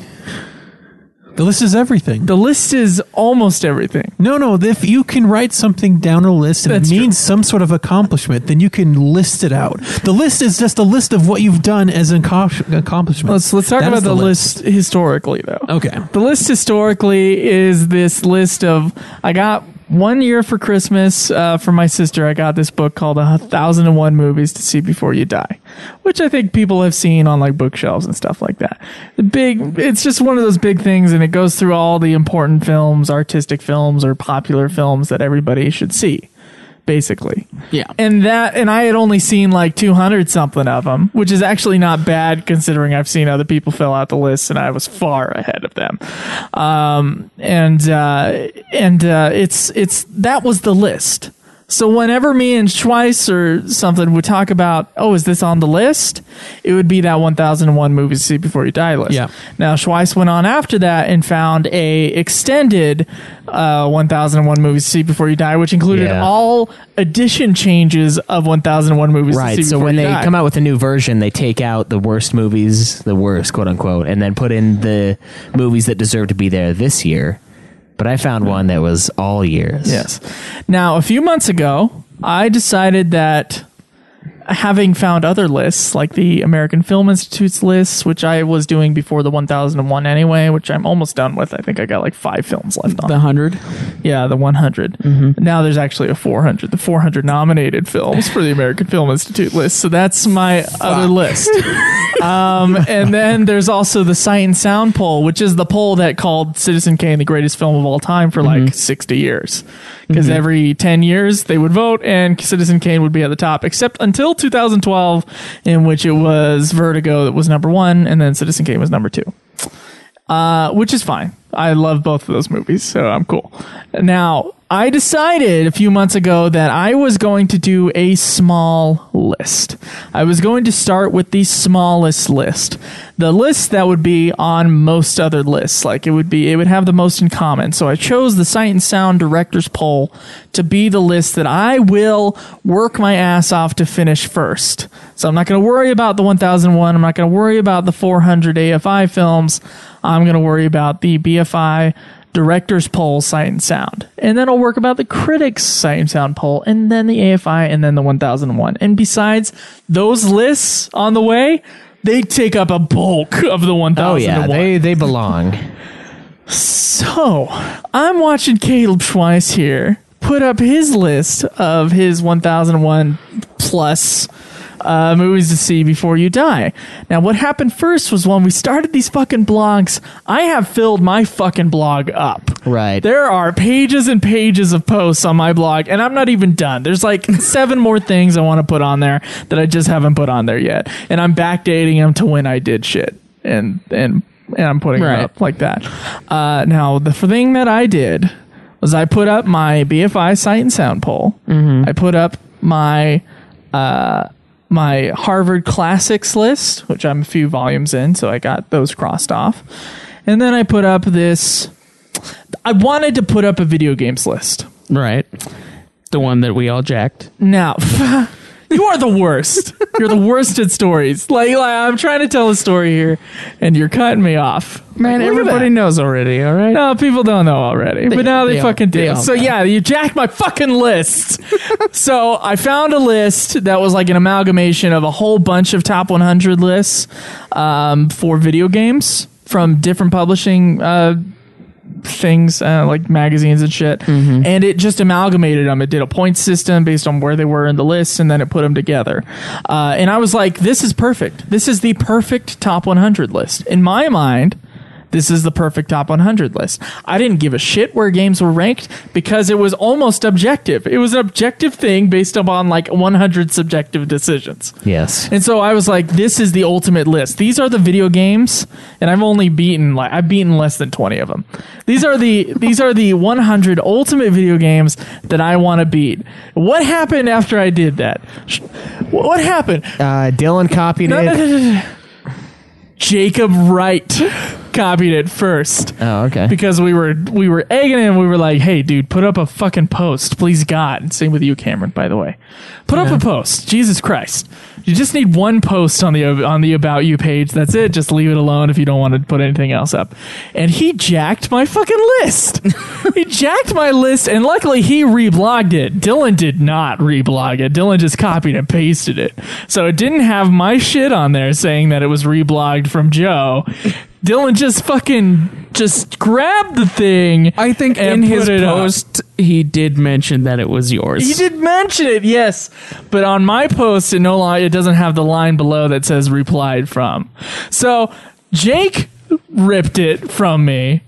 The list is everything. the list is almost everything. No, no. If you can write something down a list and That's it true. means some sort of accomplishment, then you can list it out. The list is just a list of what you've done as an accom- accomplishment. Let's let's talk That about is the, list historically, though. Okay. The list historically is this list of I got one year for Christmas uh, from my sister. I got this book called A Thousand and One Movies to See Before You Die, which I think people have seen on like bookshelves and stuff like that. The big, it's just one of those big things, and it goes through all the important films, artistic films, or popular films that everybody should see, basically. Yeah. And that, and I had only seen like 200 something of them, which is actually not bad considering I've seen other people fill out the list and I was far ahead of them. Um, and, uh, and, uh, it's, it's, that was the list. So whenever me and Schweiss or something would talk about, oh, is this on the list? It would be that 1001 movies to see before you die list. Yeah. Now Schweiss went on after that and found a extended uh, 1001 movies to see before you die, which included Yeah. all edition changes of 1001 movies. To Right. see So Before when You they Die. come out with a new version, they take out the worst movies, the worst, quote unquote, and then put in the movies that deserve to be there this year. But I found one that was all years. Yes. Now, a few months ago, I decided that having found other lists like the American Film Institute's lists, which I was doing before the 1001 anyway, which I'm almost done with. I think I got like five films left on. The hundred. yeah, the 100. Now there's actually a 400, the 400 nominated films for the American Film Institute list. So that's my other list. Um, and then there's also the Sight and Sound poll, which is the poll that called Citizen Kane the greatest film of all time for like 60 years. Because every 10 years they would vote and Citizen Kane would be at the top, except until 2012, in which it was Vertigo that was number one, and then Citizen Kane was number two. Uh, which is fine. I love both of those movies, so I'm cool. Now, I decided a few months ago that I was going to do a small list. I was going to start with the smallest list. The list that would be on most other lists. Like it would be it would have the most in common. So I chose the Sight and Sound Directors Poll to be the list that I will work my ass off to finish first. So I'm not going to worry about the 1001. I'm not going to worry about the 400 AFI films. I'm going to worry about the BFI director's poll, sight and sound. And then I'll work about the critics' sight and sound poll, and then the AFI, and then the 1001. And besides those lists on the way, they take up a bulk of the 1001. Oh yeah, they they belong. So I'm watching Caleb Schweiss here put up his list of his 1001 plus uh, movies to see before you die. Now, what happened first was when we started these fucking blogs, I have filled my fucking blog up. Right. There are pages and pages of posts on my blog, and I'm not even done. There's like seven more things I want to put on there that I just haven't put on there yet. And I'm backdating them to when I did shit. And, and, and I'm putting Right. it up like that. Uh, now, the thing that I did was I put up my BFI Sight and Sound poll. I put up my uh, my Harvard Classics list, which I'm a few volumes in, so I got those crossed off. And then I put up this. I wanted to put up a video games list. Right. The one that we all jacked. Now, you are the worst. You're the worst at stories. Like, like, I'm trying to tell a story here, and you're cutting me off. Man, Look at everybody that. knows already. All right. No, people don't know already, but now they, they all- fucking they do. all So know. yeah, you jacked my fucking list. so I found a list that was like an amalgamation of a whole bunch of top 100 lists um, for video games from different publishing uh, things uh, like magazines and shit and it just amalgamated them it did a point system based on where they were in the list and then it put them together uh, and i was like this is perfect this is the perfect top 100 list in my mind This is the perfect top 100 list. I didn't give a shit where games were ranked because it was almost objective. It was an objective thing based upon like 100 subjective decisions. Yes. And so I was like, this is the ultimate list. These are the video games, and I've only beaten like I've beaten less than twenty of them. These are the these are the one hundred ultimate video games that I want to beat. What happened after I did that? Sh- What happened? Uh, Dylan copied No, no, no, it. no, no. Jacob Wright copied it first Oh, okay. because we were we were egging him. We were like, "Hey, dude, put up a fucking post, please, God." And same with you, Cameron. By the way, put up a post. Jesus Christ, you just need one post on the on the about you page. That's it. Just leave it alone if you don't want to put anything else up. And he jacked my fucking list. he jacked my list, and luckily he reblogged it. Dylan did not reblog it. Dylan just copied and pasted it, so it didn't have my shit on there saying that it was reblogged from Joe. Dylan just fucking just grabbed the thing. I think in and his put it up. post he did mention that it was yours. He did mention it, yes, but on my post, it no longer it doesn't have the line below that says "replied from." So Jake ripped it from me,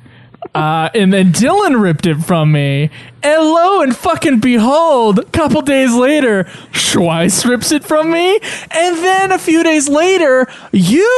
uh, and then Dylan ripped it from me, and lo and fucking behold, a couple days later, Schweiss rips it from me, and then a few days later, you.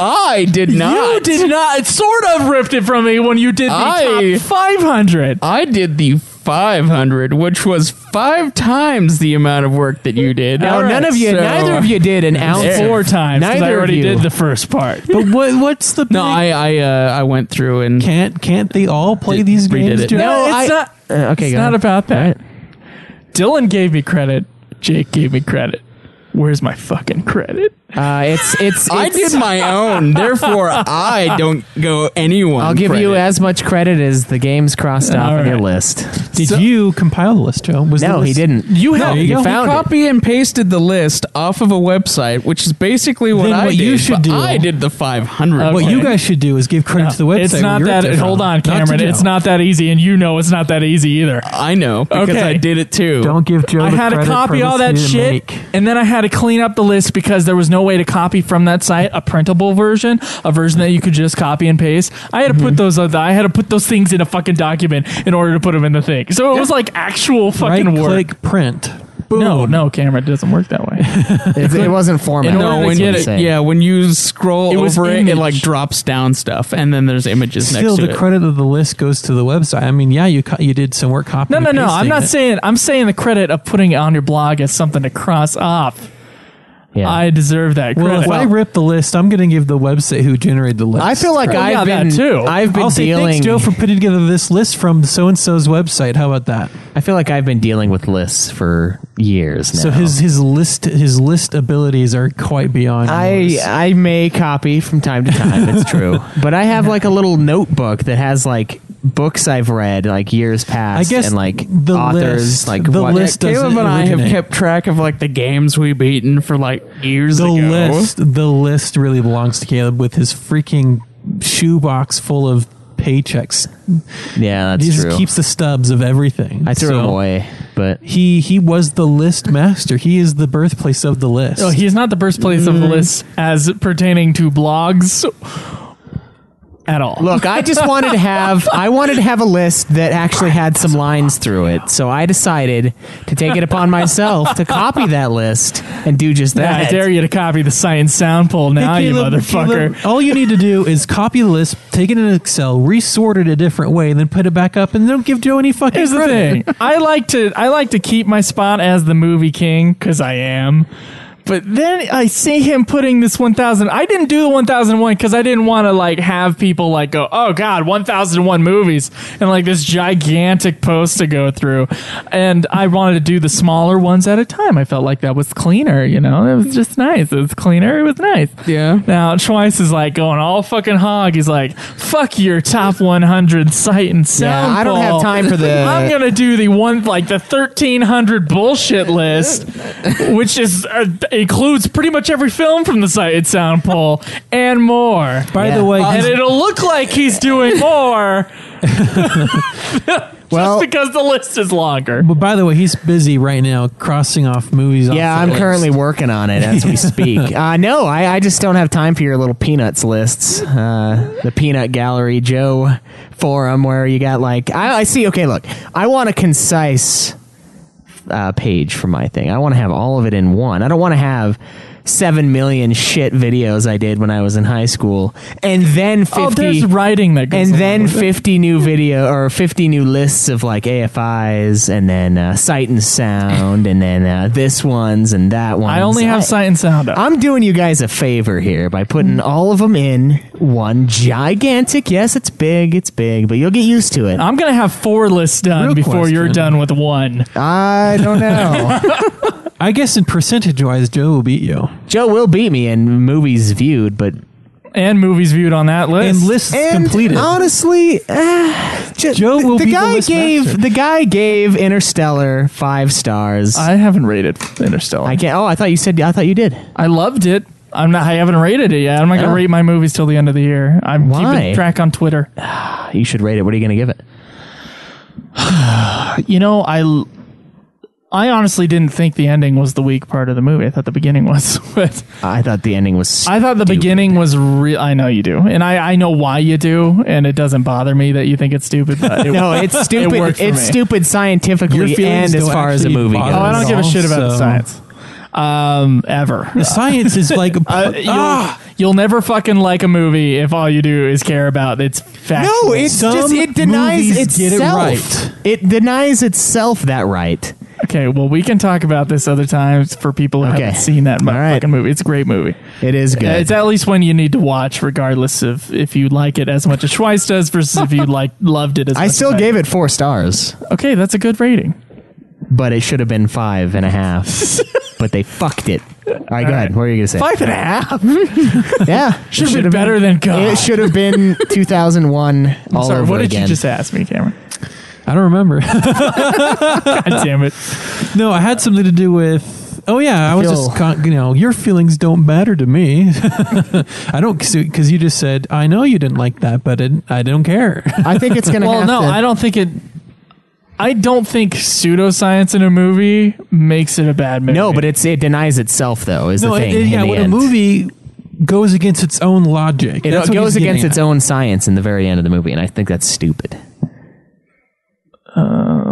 I did You not. did not. It sort of ripped it from me when you did the I- top 500. I did the 500, which was five times the amount of work that you did. No, Alright, none of you. so- neither of you did an ounce. There. of- four times. 'cause I Neither of already you. did the first part. But what, what's the big- No, I I, uh, I went through and can't can't they all play Did- these redid games? it. dude? No, it's I- not. Uh, okay, it's go not ahead. about All that. right. Dylan gave me credit. Jake gave me credit. Where's my fucking credit? Uh, it's it's. I it's- did my own. Therefore, I don't go anyone. I'll give you credit. as much credit as the games crossed off All on your right. list. Did So- you compile the list, Joe? Was the No, he list- didn't. You no, have- you, you found it. copy and pasted the list off of a website, which is basically what Then I what did. you should but do- I did the 500. Okay. What one. you guys should do is give credit to the website. it's not where you're that. different. Hold on, Not to Cameron. Joe. It's not that easy, and you know it's not that easy either. I know because Okay. I did it too. Don't give Joe. I the had to credit for copy the all that decision to shit, make. and then I had to clean up the list because there was no way to copy from that site a printable version, a version that you could just copy and paste. I had to Mm-hmm. put those. Other, I had to put those things in a fucking document in order to put them in the thing. So it was like actual fucking Right work. click print. No, no, camera it doesn't work that way. It, it wasn't formatted. order no, to when get you, it- yeah, when you scroll It was over it, it image. like drops down stuff, and then there's images Still, next to the it. credit of the list goes to the website. I mean, yeah, you co- you did some work copying. No, no, and no. I'm pasting not it. saying. I'm saying the credit of putting it on your blog as something to cross off. Yeah. I deserve that Well, credit. if I rip the list, I'm going to give the website who generated the list. I feel like Well, I've yeah, that been too. I've been I'll say dealing. thanks, Joe, for putting together this list from so and so's website. How about that? I feel like I've been dealing with lists for years now. So his his list his list abilities are quite beyond. I yours. I may copy from time to time. It's true, but I have like a little notebook that has like books I've read like years past. guess and like the authors list- like the what, list does Caleb it and I have originate? kept track of like the games we've beaten for like years the ago. list the list really belongs to Caleb with his freaking shoebox full of paychecks. Yeah, that's he just true. keeps the stubs of everything. I threw So them away, but He he was the list master. He is the birthplace of the list. Oh, No, Oh, he's not the birthplace of Mm-hmm. the list as pertaining to blogs at all. Look, I just wanted to have I wanted to have a list that actually had some lines through it. So I decided to take it upon myself to copy that list and do just Yeah, that. I dare you to copy the science sound poll Hey, now, Caleb, you motherfucker. Caleb, all you need to do is copy the list, take it in Excel, resort it a different way, and then put it back up, and don't give Joe any fucking Here's the credit. thing. I like to I like to keep my spot as the movie king because I am. But then I see him putting this 1000. I didn't do the 1001 because I didn't want to like have people like go, oh god, 1001 movies and like this gigantic post to go through. And I wanted to do the smaller ones at a time. I felt like that was cleaner, you know. It was just nice. It was cleaner. It was nice. Yeah. Now Schweiss is like going all fucking hog. He's like, fuck your top 100 site and sound. Uh, I don't have poll. time for the- I'm gonna do the one like the 1300 bullshit list, which is uh, includes pretty much every film from the site and sound poll and more. By Yeah. the way, And he's- it'll look like he's doing more. Well, just because the list is longer. But by the way, he's busy right now crossing off movies. off yeah, the I'm list. currently working on it as we speak. Uh, no, I, I just don't have time for your little peanuts lists. Uh, the peanut gallery, Joe forum, where you got like I, I see. Okay, look, I want a concise uh, page for my thing. I want to have all of it in one. I don't want to have seven million shit videos I did when I was in high school, and then fifty. Oh, there's writing that goes and along then with it. 50 new video or 50 new lists of like AFIs and then uh, Sight and Sound and then uh, this one's and that one. I only have sight and sound up. I'm doing you guys a favor here by putting all of them in one gigantic. Yes, it's big, it's big, but you'll get used to it. I'm gonna have four lists done Real before you're question. done with one. I don't know. I guess in percentage wise, Joe will beat you. Joe will beat me in movies viewed, but And movies viewed on that list. And lists and completed. honestly, uh, ju- Joe the- will the be the guy list gave master. the guy gave Interstellar five stars. I haven't rated Interstellar. I I, can't. Oh, I thought you said. I thought you did. loved it. I'm not. I haven't rated it yet. I'm not gonna Oh. rate my movies till the end of the year. I'm Why? keeping track on Twitter. You should rate it. What are you going to give it? You know, I. l- I honestly didn't think the ending was the weak part of the movie. I thought the beginning was, but I thought the ending was. I thought the stupid. beginning was real. I know you do, and I, I know why you do, and it doesn't bother me that you think it's stupid. But it, No, it's stupid. worked for it's me. stupid Your scientifically feelings and as don't far as a actually movie goes. bother oh, I don't give a shit about the So- science, um, ever. The science is like ah, Uh, you'll, you'll never fucking like a movie if all you do is care about its facts. No, it's Some just it denies movies itself. get it right. It denies itself that right. okay. Well, we can talk about this other times for people who Okay. haven't seen that mu- All right. fucking movie. It's a great movie. It is good. Uh, It's at least one you need to watch, regardless of if you like it as much as Schweiss does versus if you like loved it as. I much still as gave it four stars, Okay, that's a good rating. but it should have been five and a half. but they fucked it. All right, go ahead. What are you going to say? Five and a half. Yeah, Should have been better than God. It should have been 2001 all Sorry, over what did again. you just ask me, Cameron? I don't remember. God damn it. no, I had something to do with. Oh yeah, I was Feel- just con- you know your feelings don't matter to me. I don't because you just said I know you didn't like that, but it, I don't care. I think it's going to. Well, have no, to, I don't think it. I don't think pseudoscience in a movie makes it a bad movie. No, but it's it denies itself though. Is no, the it- thing? it- in yeah, the when end. a movie goes against its own logic, It that's what goes he's against getting its at. own science in the very end of the movie, and I think that's stupid.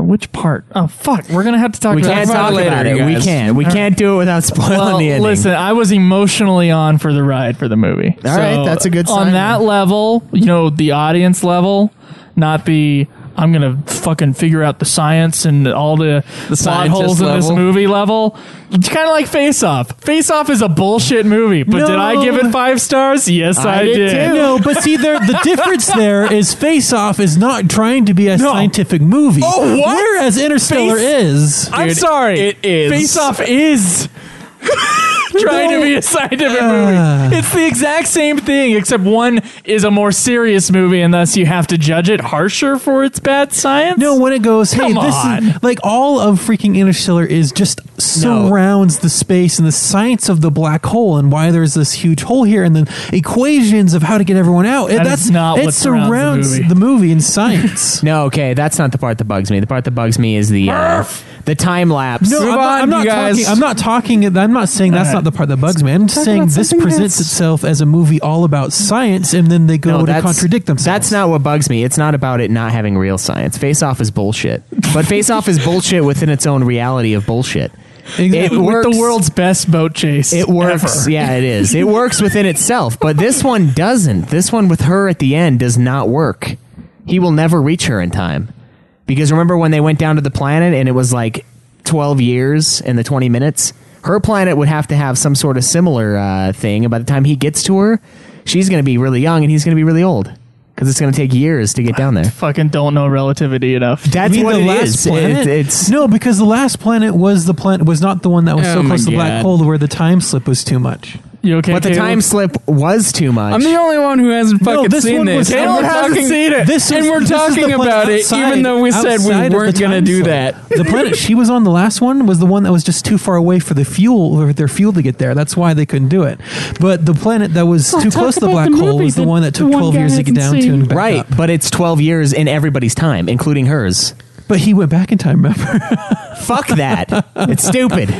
which part? Oh fuck, we're gonna have to talk. We about can't it. talk later, about it. We guys. can't. We can't do it without spoiling Well, the ending. listen, I was emotionally on for the ride for the movie. All right, that's a good On sign. that level, you know, the audience level, not the I'm gonna fucking figure out the science and all the, plot scientist holes in this level. movie level. It's kind of like Face Off. Face Off is a bullshit movie, but did I No. give it five stars? Yes, I, did too. No, Oh, but see, there the difference there is Face Off is not trying to be a No. scientific movie. Oh, what? Whereas Interstellar Face- is. I'm Dude, sorry. it is. Face Off is trying to be a scientific movie. It's the exact same thing, except one is a more serious movie, and thus you have to judge it harsher for its bad science. No, when it goes, hey, Come this on. is like all of freaking Interstellar is just surrounds the space and the science of the black hole and why there's this huge hole here and then equations of how to get everyone out. That That's is not it what surrounds the surrounds movie. the movie in science. no, okay, that's not the part that bugs me. The part that bugs me is the uh, the time lapse. No, I'm Move not, on, I'm not you guys. talking. I'm not talking. I'm not saying that's not the part that bugs me. I'm just saying about this something presents that's- itself as a movie all about science, and then they go to contradict themselves. That's not what bugs me. It's not about it not having real science. Face Off is bullshit, but Face Off is bullshit within its own reality of bullshit. Exactly. It with works. the world's best boat chase. It works. ever. Yeah, it is. It works within itself, but this one doesn't. This one with her at the end does not work. He will never reach her in time. Because remember when they went down to the planet and it was like 12 years and the 20 minutes? Her planet would have to have some sort of similar uh, thing. And by the time he gets to her, she's going to be really young and he's going to be really old. Because it's going to take years to get down there. Fucking don't know relativity enough. I That's mean, what the it last is. planet. It- it's no, because the last planet was the planet was not the one that was Oh so my close to the black God. hole where the time slip was too much. You okay? but the Caleb? time slip was too much. I'm the only one who hasn't fucking this seen one this. was- and Caleb we're hasn't talking, seen it. This and is- we're this is the talking planet outside- about it, even though we said outside we of the weren't going to time do slip. that. The planet she was on, the last one, was the one that was just too far away for the fuel or their fuel to get there. That's why they couldn't do it. But the planet that was too close to the black hole was the one that took twelve years to get down to and back right, up. but it's 12 years in everybody's time, including hers. But he went back in time, remember? Fuck that. It's stupid.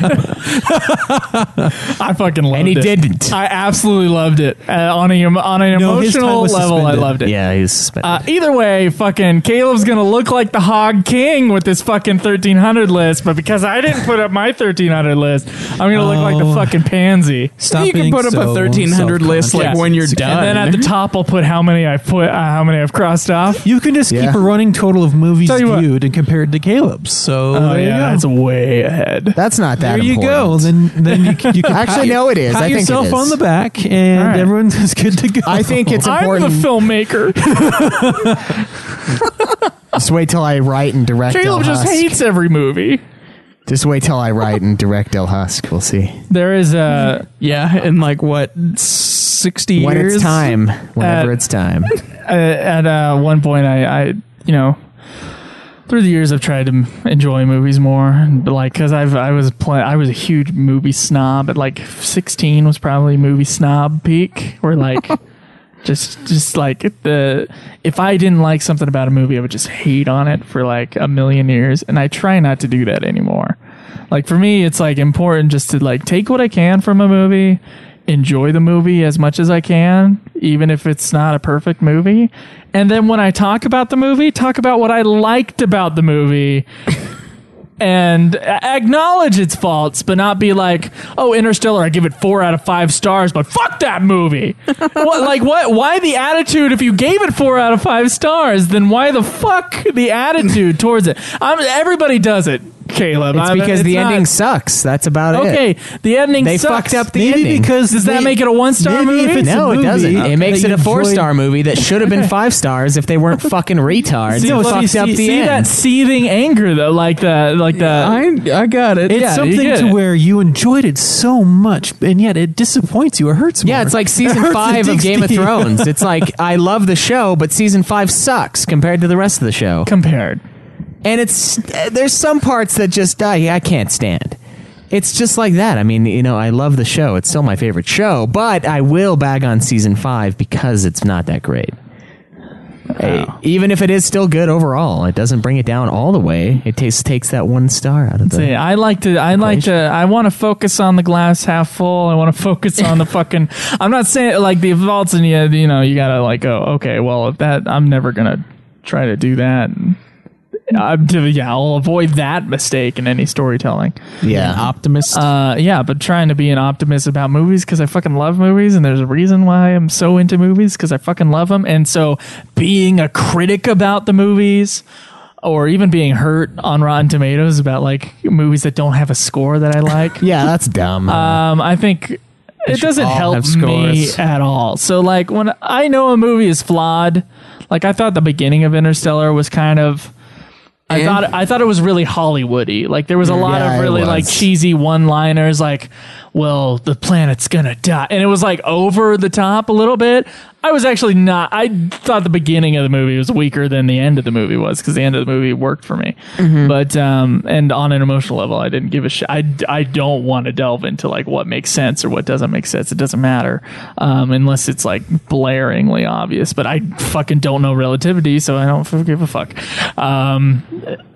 I fucking loved it. And he didn't. I absolutely loved it uh, on a on an No, his time emotional level. was I suspended. loved it. Yeah, he was suspended. Uh, either way, fucking Caleb's gonna look like the Hog King with this fucking thirteen hundred list, but because I didn't put up my thirteen hundred list, I'm gonna look like the Oh. fucking pansy. Stop you can being put up a so 1300 list like Yeah. when you're done. And then at the top, I'll put how many I put, uh, how many I've crossed off. You can just Yeah. keep a running total of movies Tell you what. viewed and compared to Caleb's. So Oh there yeah, you that's go. way ahead. That's not that There you important. go. Then then you, can- you can Actually, no, it is. pat I think it yourself is. on the back, and All right. everyone is good to go. I think it's I'm the important. filmmaker. just wait till I write and direct El Caleb just Husk. hates every movie. Just wait till I write and direct El Husk. We'll see. There is a yeah, in like what 60 When years. it's time. Whenever Uh, it's time. uh, at uh, one point I, I you know through the years I've tried to m- enjoy movies more and, but like cuz I've I was play, I was a huge movie snob at like 16 was probably movie snob peak where like just just like if the if I didn't like something about a movie I would just hate on it for like a million years and I try not to do that anymore. Like for me it's like important just to like take what I can from a movie enjoy the movie as much as I can, even if it's not a perfect movie. And then when I talk about the movie, talk about what I liked about the movie. And a- acknowledge its faults, but not be like, "Oh, Interstellar, I give it four out of five stars." But fuck that movie. what, like, what? Why the attitude? If you gave it four out of five stars, then why the fuck the attitude towards it? I'm, everybody does it, Caleb. It's I'm- because the not- ending sucks. That's about it. Okay, the ending. They sucks. fucked up the Maybe ending. because Does that they- make it a one-star maybe if movie? it's a no, it movie doesn't. It makes that it a you four enjoyed- star movie that should have been five stars if they weren't fucking retards. See, They no, see, fucked up the see end. that seething anger though, like the like uh, the. I I got it. It's Yeah, you something get to it. where you enjoyed it so much, and yet it disappoints you or hurts more. yeah, it's like It season hurts five the of Game of dick. Thrones. It's like I love the show, but season five sucks compared to the rest of the show. compared. And it's uh, there's some parts that just I, I can't stand. It's just like that. I mean, you know, I love the show. It's still my favorite show, but I will bag on season five because it's not that great. Uh, even if it is still good overall, it doesn't bring it down all the way. It takes takes that one star out of the. See, I like to. I like to. I want to focus on the glass half full. I want to focus on the fucking. I'm not saying like the faults, and you, you know, you gotta like, oh, okay, well, if that, I'm never gonna try to do that. I'm, yeah, I'll avoid that mistake in any storytelling. yeah, optimist. Uh, yeah, but trying to be an optimist about movies because I fucking love movies, and there's a reason why I'm so into movies because I fucking love them. And so, being a critic about the movies, or even being hurt on Rotten Tomatoes about like movies that don't have a score that I like, yeah, that's dumb. Uh, um, I think it doesn't all help have me scores. at all. So like when I know a movie is flawed, like I thought the beginning of Interstellar was kind of. I And- thought I thought it was really Hollywoody. Like there was a lot Yeah, of it really was. like cheesy one-liners like, "Well, the planet's going to die." And it was like over the top a little bit. I was actually not I thought the beginning of the movie was weaker than the end of the movie was cuz the end of the movie worked for me. Mm-hmm. But um and on an emotional level, I didn't give a shit. I I don't want to delve into like what makes sense or what doesn't make sense. It doesn't matter. Um unless it's like blaringly obvious, but I fucking don't know relativity, so I don't f- give a fuck. Um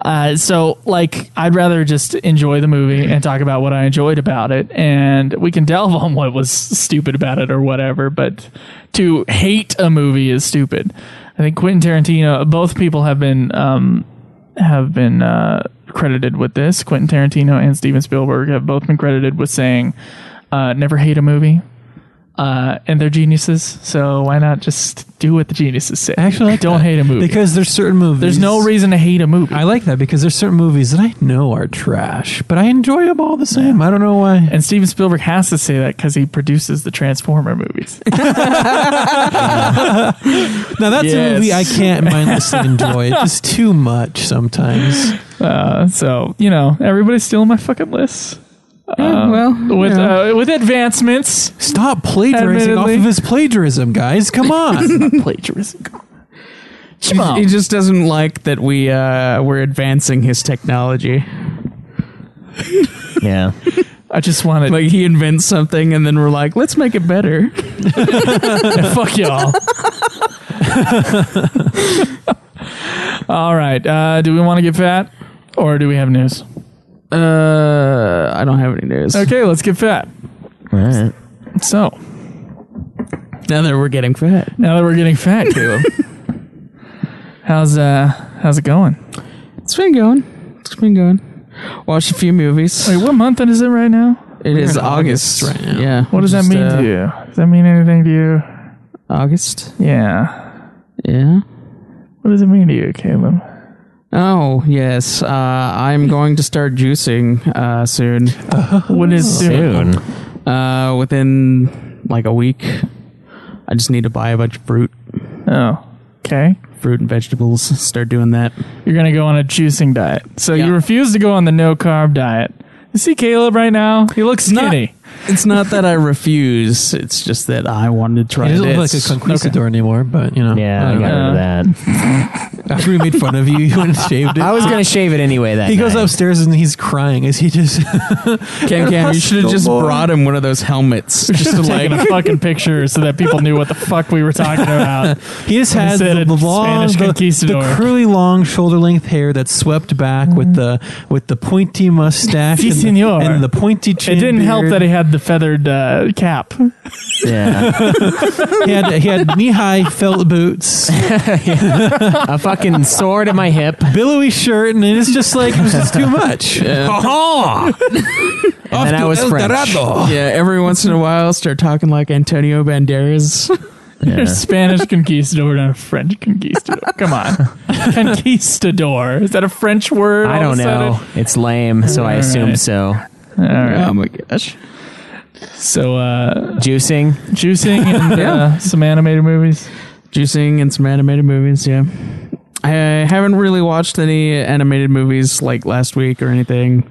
uh, so like I'd rather just enjoy the movie and talk about what I enjoyed about it and we can delve on what was stupid about it or whatever, but to hate a movie is stupid. I think Quentin Tarantino both people have been um have been uh, credited with this. Quentin Tarantino and Steven Spielberg have both been credited with saying, uh, "Never hate a movie," uh, and they're geniuses. So why not just do what the geniuses say? Actually, I like don't that. hate a movie because there's certain movies. there's no reason to hate a movie. I like that because there's certain movies that I know are trash, but I enjoy them all the same. I don't know why. and Steven Spielberg has to say that because he produces the Transformer movies. Now that's Yes. a movie I can't mindlessly enjoy. It's just too much sometimes. so you know, everybody's stealing my fucking list well, with uh, with advancements. Stop plagiarizing off Admittedly. of his plagiarism, guys. Come on. plagiarism. he, he just doesn't like that we uh, we're advancing his technology. yeah, I just wanted Like he invents something and then we're like, let's make it better. fuck y'all. All right. Uh, do we want to get fat or do we have news? Uh, I don't have any news. Okay, let's get fat. All right. So Now that we're getting fat. now that we're getting fat, Caleb, how's uh how's it going? It's been going. It's been going. Watched a few movies. Wait, what month is it right now? it is in August. August right now. Yeah. What does Just, that mean uh, to you? Does that mean anything to you? August. Yeah. Yeah. What does it mean to you, Caleb? Oh yes. Uh, I'm going to start juicing uh, soon. What is soon? Soon. Uh, within like a week. I just need to buy a bunch of fruit, Oh, okay. fruit and vegetables. Start doing that. You're gonna go on a juicing diet. So Yeah. you refuse to go on the no carb diet. You see Caleb right now? He looks not- skinny. It's not that I refuse. It's just that I wanted to try He doesn't look this. like a conquistador anymore, but you know. Yeah, I I don't got know. rid of that. After we made fun of you, you went and shaved it. I was gonna shave it anyway. That he goes night. upstairs and he's crying. Is he just? Cam Cam, you should have just brought him one of those helmets. Just to like Taking a fucking picture so that people knew what the fuck we were talking about. He just has said the, it, the long, Spanish the, conquistador. the curly, long, shoulder-length hair that's swept back with the with the pointy mustache Si, and, senor. The, and the pointy It chin. didn't help beard. that he had the feathered uh, cap. Yeah. he had he had knee-high felt boots, a fucking sword at my hip. billowy shirt, and it's just like it was just too much. And then I was French. yeah, every once in a while, start talking like Antonio Banderas. You're a Spanish conquistador, not a French conquistador. Come on. conquistador. Is that a French word? I all of don't a sudden? know. It's lame, so I All assume right. so. Oh my gosh! So, uh, Juicing. juicing and uh, some animated movies. Juicing and some animated movies. Yeah, I haven't really watched any animated movies like last week or anything.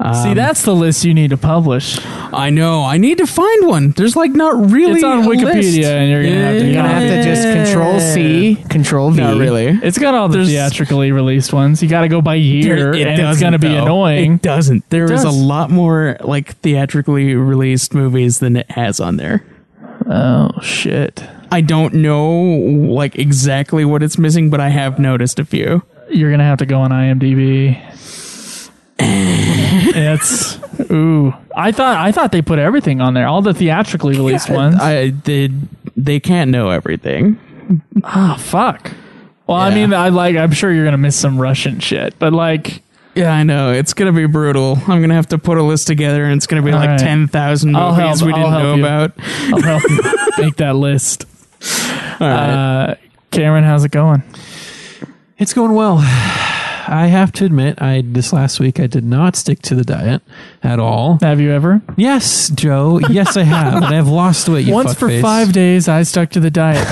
Um, See, that's the list you need to publish. I know. I need to find one. There's like not really. It's on a Wikipedia, list. and you're gonna have to. Yeah. You're gonna have to just Control C, Control V. Not really. It's got all the There's- theatrically released ones. You got to go by year, It and it's doesn't, going to be though. annoying. It doesn't. There does. is a lot more like theatrically released movies than it has on there. Oh shit! I don't know like exactly what it's missing, but I have noticed a few. You're going to have to go on IMDb. it's ooh. I thought I thought they put everything on there. All the theatrically released ones. I they they can't know everything. Ah, fuck. Well, I Yeah. mean, I like. I'm sure you're gonna miss some Russian shit, but like, Yeah, I know. It's gonna be brutal. I'm gonna have to put a list together, and it's gonna be All like right. ten thousand I'll movies help- we I'll didn't help know you. about. I'll help you make that list. All right. Uh, Cameron, how's it going? It's going well. I have to admit, I this last week I did not stick to the diet at all. Have you ever? Yes, Joe. Yes, I have, and I've lost weight. You Once for fuckface. five days, I stuck to the diet.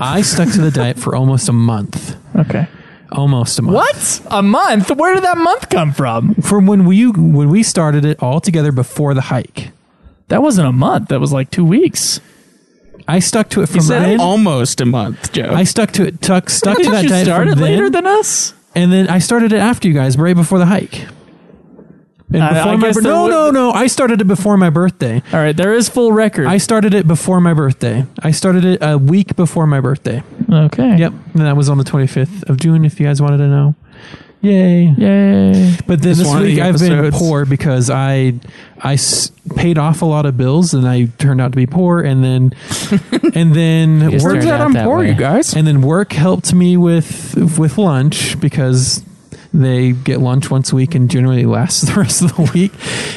I stuck to the diet for almost a month. Okay. Almost a month. What? A month? Where did that month come from? From when we when we started it all together before the hike. That wasn't a month. That was like two weeks. I stuck to it from you said then. almost a month, Joe. I stuck to it. Tuck, stuck to Did that you diet start from it then, later than us? and then I started it after you guys, right before the hike. And I- I before my guess bir- there no, would- no, no! I started it before my birthday. All right, there is full record. I started it before my birthday. I started it a week before my birthday. okay. Yep, and that was on the 25th of June. If you guys wanted to know, yay! Yay. But then Just this one of the week I've been episodes. poor because I I s- paid off a lot of bills and I turned out to be poor, and then and then just work turned out I'm that poor, way. you guys. And then work helped me with with lunch because they get lunch once a week and generally lasts the rest of the week.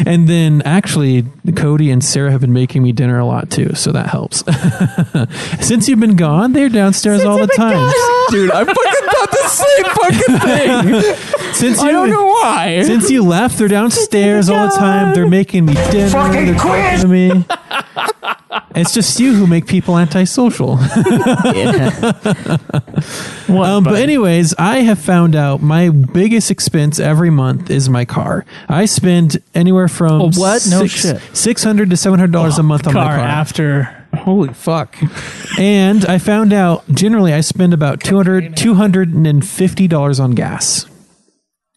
And then actually Cody and Sarah have been making me dinner a lot too, so that helps. Since you've been gone, they're downstairs all the time. Dude, I fucking thought the same fucking thing. Since you I don't know why. Since you left, they're downstairs all the time. They're making me dinner. Fucking they're quit. To me. It's just you who make people antisocial. What, Um, but buddy? anyways, I have found out my biggest expense every month is my car. I spend anywhere from Oh, what? No shit. Oh, six hundred to seven hundred dollars a month on car, my car. after. Holy fuck. and I found out generally I spend about 200 250 dollars on gas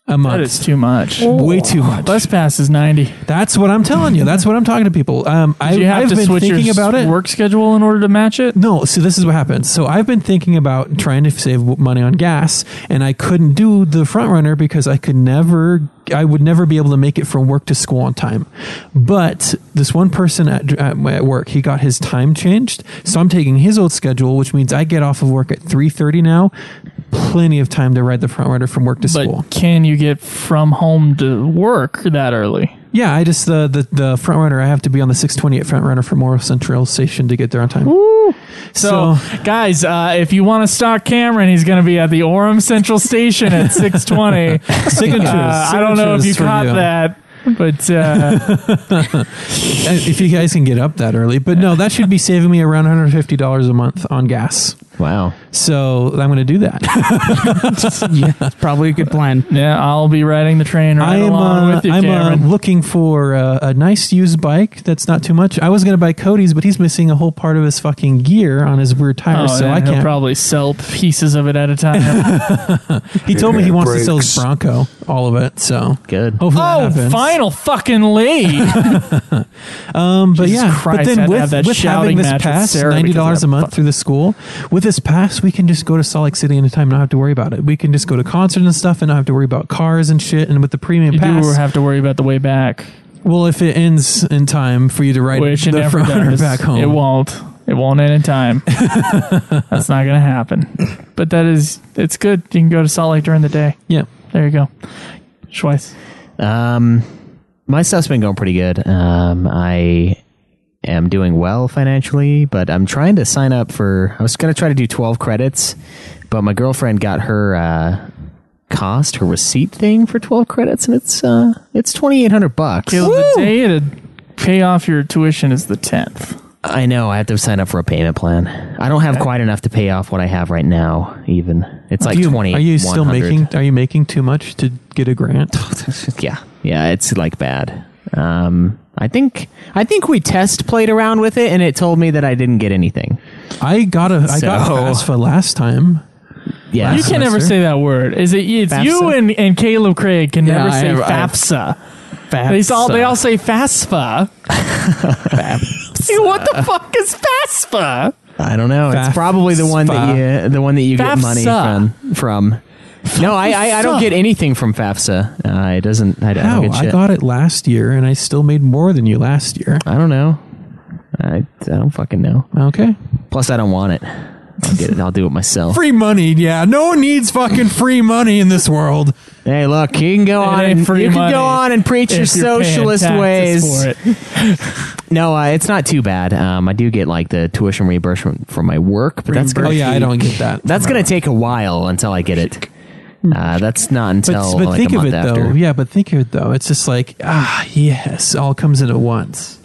a That month. is too much. Way too much. Bus pass is ninety. That's what I'm telling you. That's what I'm talking to people. Um, I, Do you have I've to been switch thinking your about it. work schedule in order to match it? No, see, this is what happens. So I've been thinking about trying to save w- money on gas, and I couldn't do the front runner because I could never, I would never be able to make it from work to school on time. But this one person at, at, my- at work, he got his time changed, so I'm taking his old schedule, which means I get off of work at three thirty now. Plenty of time to ride the front runner from work to But school. can you get from home to work that early? Yeah, I just the the, the front runner. I have to be on the six twenty at front runner from Morrow Central Station to get there on time. So, guys, uh, if you want to stalk Cameron, he's going to be at the Orem Central Station at 620. signatures. Uh, I don't know if you signatures for caught you. that, but uh, Uh, if you guys can get up that early. But no, that should be saving me around $150 a month on gas. Wow. So I'm going to do that. yeah, it's probably a good plan. yeah, I'll be riding the train right I am along uh, with you, I'm uh, Cameron. looking for uh, a nice used bike that's not too much. I was going to buy Cody's, but he's missing a whole part of his fucking gear on his rear tire, Oh, so yeah, I he'll can't. probably sell pieces of it at a time. he told me he wants to sell his Brakes. Bronco, all of it. So Good. hopefully that oh, happens. final fucking lead. Um, but Jesus yeah, Christ, but I had then to with, have that with shouting having this match with pass, Sarah ninety because dollars of a that month fu- through the school. With this pass, we can just go to Salt Lake City anytime, and not have to worry about it. We can just go to concerts and stuff, and not have to worry about cars and shit. And with the premium you pass, do have to worry about the way back, well, if it ends in time for you to ride which it the never front runner does. back home, It won't. It won't end in time. That's not going to happen. But that is, it's good. You can go to Salt Lake during the day. Yeah, There you go. Schweiss. Um, my stuff's been going pretty good. Um, I am doing well financially, but I'm trying to sign up for. I was going to try to do 12 credits, but my girlfriend got her uh, cost, her receipt thing for 12 credits, and it's uh, it's 2,800 bucks. Caleb, the day to pay off your tuition is the 10th. I know. I have to sign up for a payment plan. I don't have quite enough to pay off what I have right now. Even it's like Do you- 20. Are you still 100. making? Are you making too much to get a grant? yeah yeah it's like bad um i think i think we test played around with it and it told me that i didn't get anything I got a. I got So- a FAFSA last time. yeah You can never semester? say that word. Is it? It's you FAFSA? and, and Caleb Craig can never I- say I- FAFSA. They all they all say FAFSA. FAFSA. what the fuck is FAFSA? i don't know it's Faf- probably the one that you the one that you get money Fafsa. from from no I, I i don't get anything from fafsa uh, it doesn't i, I How? don't get I shit got it last year, and I still made more than you last year. i don't know I, I don't fucking know Okay. plus i don't want it i'll get it i'll do it myself Free money, yeah. No one needs fucking free money in this world. hey look you can go on ain't and, free you can money go on and preach your If you're paying socialist taxes ways for it. No, uh, it's not too bad. Um, I do get like the tuition reimbursement for my work, but that's gonna Oh yeah, I don't get that. that's gonna take a while until I get it. Uh, that's not But, until but like think a of month it after. though. Yeah, but think of it though. It's just like ah yes, all comes in at once.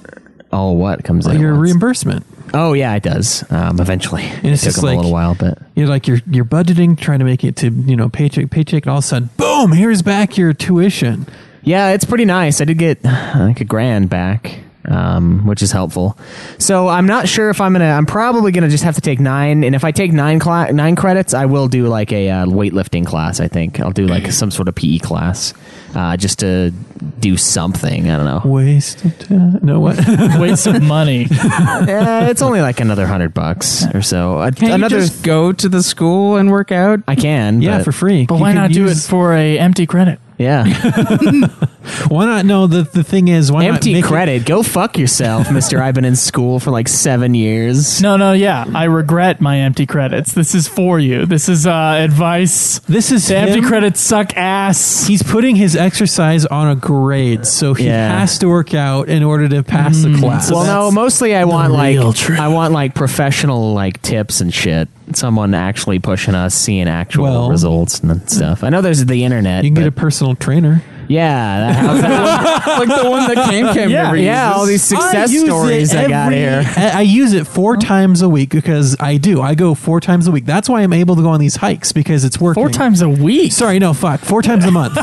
Oh, what comes in? at Your once? reimbursement. oh yeah, it does. Um, eventually, it's it took just them a little like- while, but You're like you're you're budgeting, trying to make it to you know paycheck paycheck, and all of a sudden, boom! Here's back your tuition. yeah, it's pretty nice. I did get like a grand back. Um, which is helpful. So I'm not sure if I'm gonna. I'm probably gonna just have to take nine. And if I take nine cla- nine credits, I will do like a uh, weightlifting class. I think I'll do like some sort of PE class, uh, just to do something. I don't know. Waste of time. No what? Waste of money. uh, it's only like another hundred bucks or so. A- Can another, you just go to the school and work out? I can. yeah, but- for free. But You why can not do it use- for a empty credit? yeah. Why not? No, the the thing is, why not Empty make it- credit. Go fuck yourself, Mister. I've been in school for like seven years. No, no, yeah. I regret my empty credits. This is for you. This is uh, advice. This is The empty him. credits suck ass. He's putting his exercise on a grade, so he Yeah. Mm. has to work out in order to pass the class. well, no. Mostly, I want like real truth. I want like professional like tips and shit. Someone actually pushing us, seeing actual Well- results and stuff. I know there's the internet. you can get a but personal trainer. Yeah, that house. like the one that Cam Cam Yeah, never yeah, uses. all these success stories I got here. I I use it four times a week because I do. I go four times a week. That's why I'm able to go on these hikes because it's working. Four times a week. Sorry, no, fuck. Four times a month.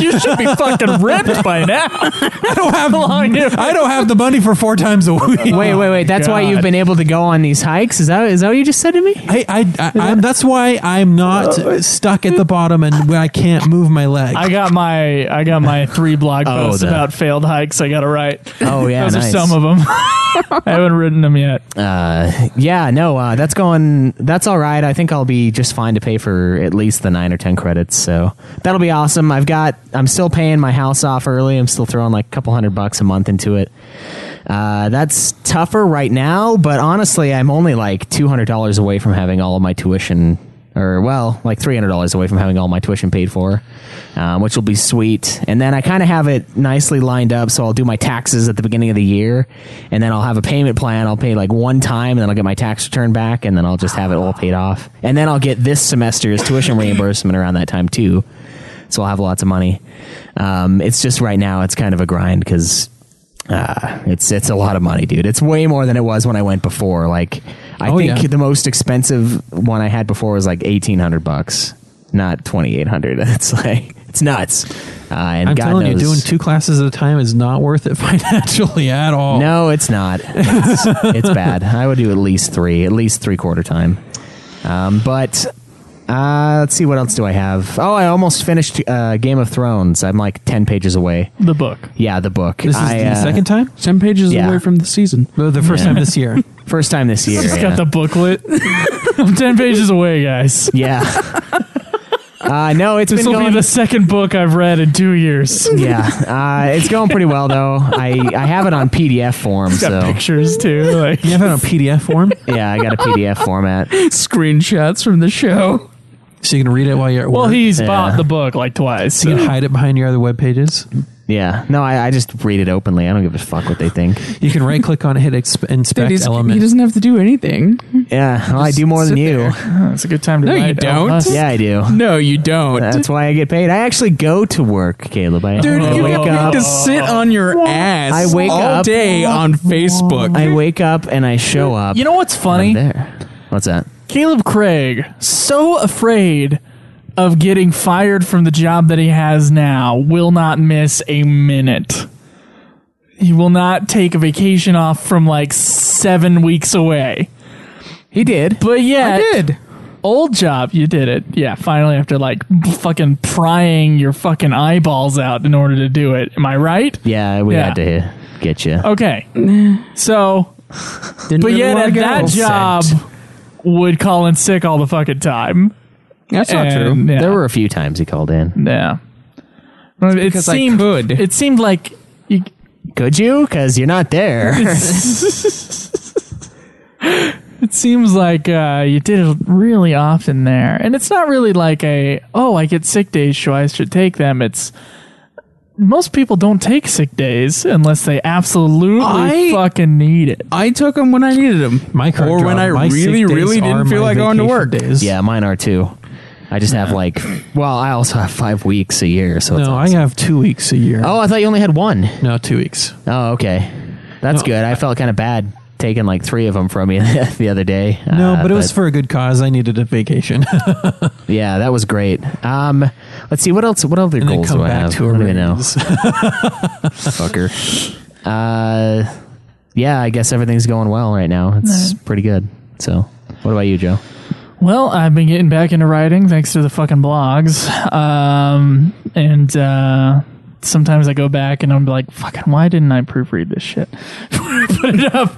you should be fucking ripped by now. I don't have long. I don't have the money for four times a week. Wait, wait, wait. That's why God. you've been able to go on these hikes. Is that is that what you just said to me? I, I, I, I'm, that's why I'm not stuck at the bottom and where I can't move my leg. I got my I got my three blog Oh, posts the- about failed hikes. I got to write. Oh yeah, Those nice. are some of them. I haven't written them yet. Uh, yeah, no, uh, that's going. That's all right. I think I'll be just fine to pay for at least the nine or ten credits. So that'll be awesome. I've got. I'm still paying my house off early. I'm still throwing like a couple hundred bucks a month into it. Uh, that's tougher right now, but honestly, I'm only like two hundred dollars away from having all of my tuition, or well, like three hundred dollars away from having all my tuition paid for, um, which will be sweet. And then I kind of have it nicely lined up, so I'll do my taxes at the beginning of the year, and then I'll have a payment plan. I'll pay like one time, and then I'll get my tax return back, and then I'll just have it all paid off. And then I'll get this semester's tuition reimbursement around that time too so I'll have lots of money. Um, it's just right now it's kind of a grind because uh, it's it's a lot of money, dude. It's way more than it was when I went before. Like I Oh, think yeah. the most expensive one I had before was like eighteen hundred bucks, not twenty eight hundred. It's like it's nuts. Uh, and I'm God telling knows, you, doing two classes at a time is not worth it financially at all. No, it's not. It's, it's bad. I would do at least three, at least three quarter time. Um, but uh, let's see, what else do I have? Oh, I almost finished uh, Game of Thrones. I'm like ten pages away. The book. Yeah, the book. This is I, the uh, second time? Ten pages Yeah. away from the season. No, The first time this year. first time this year. Just yeah. got the booklet. I'm ten pages away, guys. yeah. Uh, no, it's This been will going. be the second book I've read in two years. yeah, uh, it's going pretty well though. I, I have it on PDF form, It's got so pictures too. Like You have it on PDF form, yeah, I got a PDF format. Screenshots from the show. so you can read it while you're at work. well, he's Yeah. bought the book like twice. so you can so- hide it behind your other web pages. Yeah, no, I, I just read it openly. I don't give a fuck what they think. You can right click on it, hit exp- Dude, inspect he's- element. he doesn't have to do anything. Yeah, well, I do more than sit you. Oh, it's a good time to. No, you write don't. Elmas. Yeah, I do. No, you don't. That's why I get paid. I actually go to work, Caleb. I, Dude, I you wake get paid up. to sit on your ass I wake all up- day on Facebook. I wake up and I show up. You know what's I'm funny? there. What's that? Caleb Craig, so afraid of getting fired from the job that he has now, will not miss a minute. He will not take a vacation off from like seven weeks away. He did. But yeah, did. old job, you did it. Yeah, finally after like fucking prying your fucking eyeballs out in order to do it. Am I right? Yeah, we Yeah. had to get you. Okay. So Didn't But really yet, wanna at go. that job, would call in sick all the fucking time. That's not And, true. Yeah. There were a few times he called in. yeah. Well, It because I seemed could. it seemed like you, Could you? Because you're not there. it seems like uh, you did it really often there, and it's not really like a oh I get sick days, so I should take them. It's most people don't take sick days unless they absolutely I- fucking need it. I took them when I needed them, My current or when job, I my sick really, days really are didn't feel my like going to vacation work. Days. yeah, mine are too. I just have like, well, I also have five weeks a year. So it's No, I awesome. have two weeks a year. oh, I thought you only had one. No, two weeks. Oh, okay, that's No. good. I felt kind of bad taking like three of them from you the other day. No, Uh, but it was for a good cause. I needed a vacation. yeah, that was great. Um, let's see what else. What other and then goals come do I back have? to a I don't even know. raise. fucker. Uh, yeah, I guess everything's going well right now. It's pretty good. So, what about you, Joe? Well, I've been getting back into writing thanks to the fucking blogs. Um, and uh, sometimes I go back and I'm like, fucking, why didn't I proofread this shit? Put it up.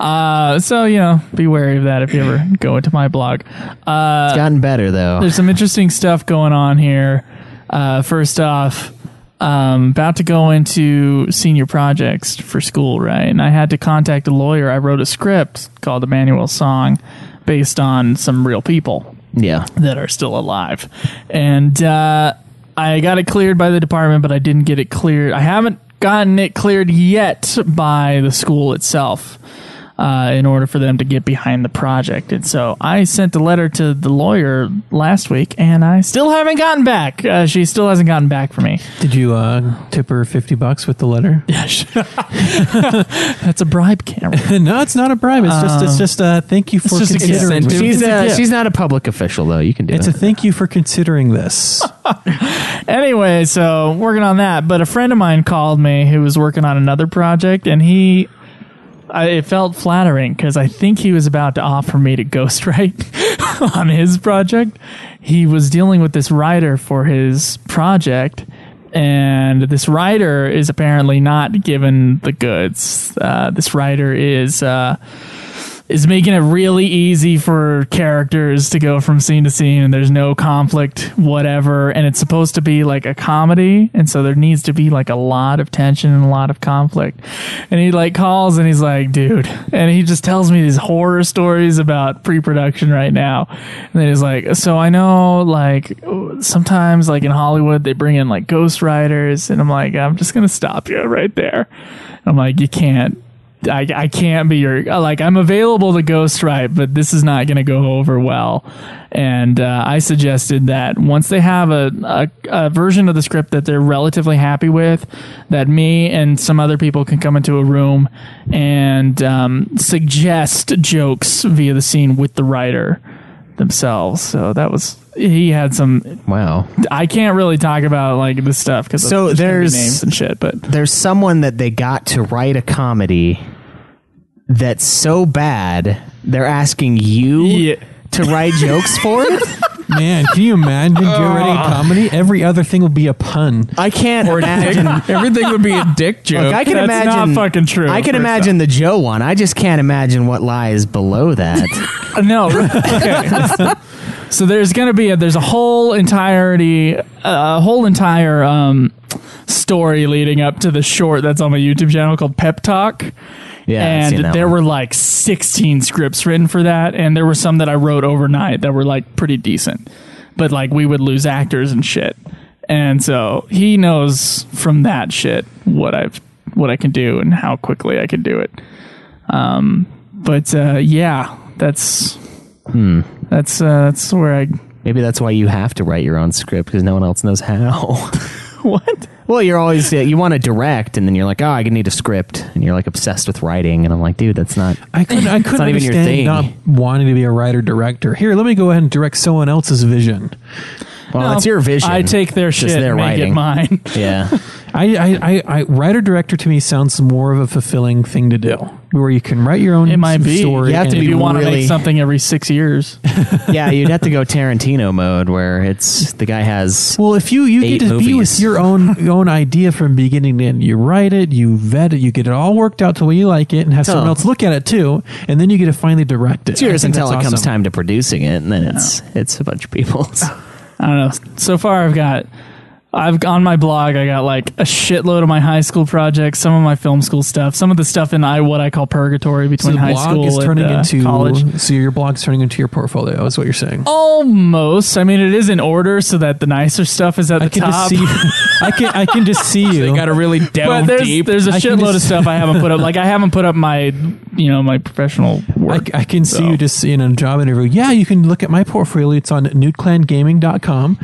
Uh, so, you know, be wary of that if you ever go into my blog. It's gotten better though. There's some interesting stuff going on here. Uh, first off, um, about to go into senior projects for school, right? And I had to contact a lawyer. I wrote a script called Emmanuel Song based on some real people Yeah, that are still alive. And uh, I got it cleared by the department, but I didn't get it cleared. I haven't gotten it cleared yet by the school itself. uh, in order for them to get behind the project. And so I sent a letter to the lawyer last week, and I still haven't gotten back. Uh, she still hasn't gotten back from me. Did you uh, tip her 50 bucks with the letter? That's a bribe, Cameron. no, it's not a bribe. It's just Um, it's just a thank you for just a gift. considering. Incentive. It's She's, a uh, gift. she's not a public official, though. You can do It's a it. thank you for considering this. anyway, so working on that, but a friend of mine called me who was working on another project, and he, I, it felt flattering because I think he was about to offer me to ghostwrite on his project. He was dealing with this writer for his project. And this writer is apparently not given the goods. Uh, this writer is uh, is making it really easy for characters to go from scene to scene and there's no conflict whatever and it's supposed to be like a comedy and so there needs to be like a lot of tension and a lot of conflict and he like calls and he's like dude and he just tells me these horror stories about pre-production right now and then he's like so i know like sometimes like in hollywood they bring in like ghost writers and i'm like i'm just gonna stop you right there i'm like you can't I, I can't be your like I'm available to ghostwrite, but this is not going to go over well. And uh, I suggested that once they have a, a a version of the script that they're relatively happy with, that me and some other people can come into a room and um, suggest jokes via the scene with the writer themselves. So that was he had some. wow. I can't really talk about like this stuff because So there's- names and shit, but there's someone that they got to write a comedy that's so bad they're asking you Yeah. to write jokes for it. Man, can you imagine you're writing a comedy? Every other thing will be a pun. I can't imagine. Look, Everything would be a dick joke. I can That's imagine. not fucking true. I can first imagine the Joe one. I just can't imagine what lies below that. Uh, No. Okay. so there's going to be a, there's a whole entirety a whole entire um story leading up to the short that's on my YouTube channel called Pep Talk. Yeah, I've seen and that there one. were like 16 scripts written for that and there were some that I wrote overnight that were like pretty decent. But like we would lose actors and shit. And so he knows from that shit what I've what I can do and how quickly I can do it but uh, yeah, that's Hmm. that's uh, that's where I Maybe that's why you have to write your own script because no one else knows how. what well, you're always uh, you want to direct, and then you're like, oh, I need a script, and you're like obsessed with writing, and I'm like, dude, that's not. I couldn't. I couldn't not even your understand not thing. wanting to be a writer director. Here, let me go ahead and direct someone else's vision. Well, it's Oh, your vision. I take their It's shit, just their and make writing. it mine. Yeah. I, I, I, I writer director to me sounds more of a fulfilling thing to do, where you can write your own It might be. story. You have to and- If be you want to really- make something every six years, yeah, you'd have to go Tarantino mode where it's the guy has. Well, if you you Eight get to be with movies. your own your own idea from beginning to end, you write it, you vet it, you get it all worked out to where you like it, and have someone Oh. else look at it too, and then you get to finally direct it. It's yours I think until it that's comes awesome. time to producing it, and then it's it's a bunch of people's. I don't know. So far, I've got. I've on my blog. I got like a shitload of my high school projects, some of my film school stuff, some of the stuff in I what I call purgatory So between the high blog school is turning and uh, into college. So your blog's turning into your portfolio is what you're saying. Almost. I mean, it is in order so that the nicer stuff is at I the can top. just see. I can I can just see you. Got to really but delve there's deep. there's a I can shitload of just- stuff I haven't put up. Like I haven't put up my you know my professional I, work. I can see you just in a job interview. Yeah, you can look at my portfolio. It's on nudeclangaming.com.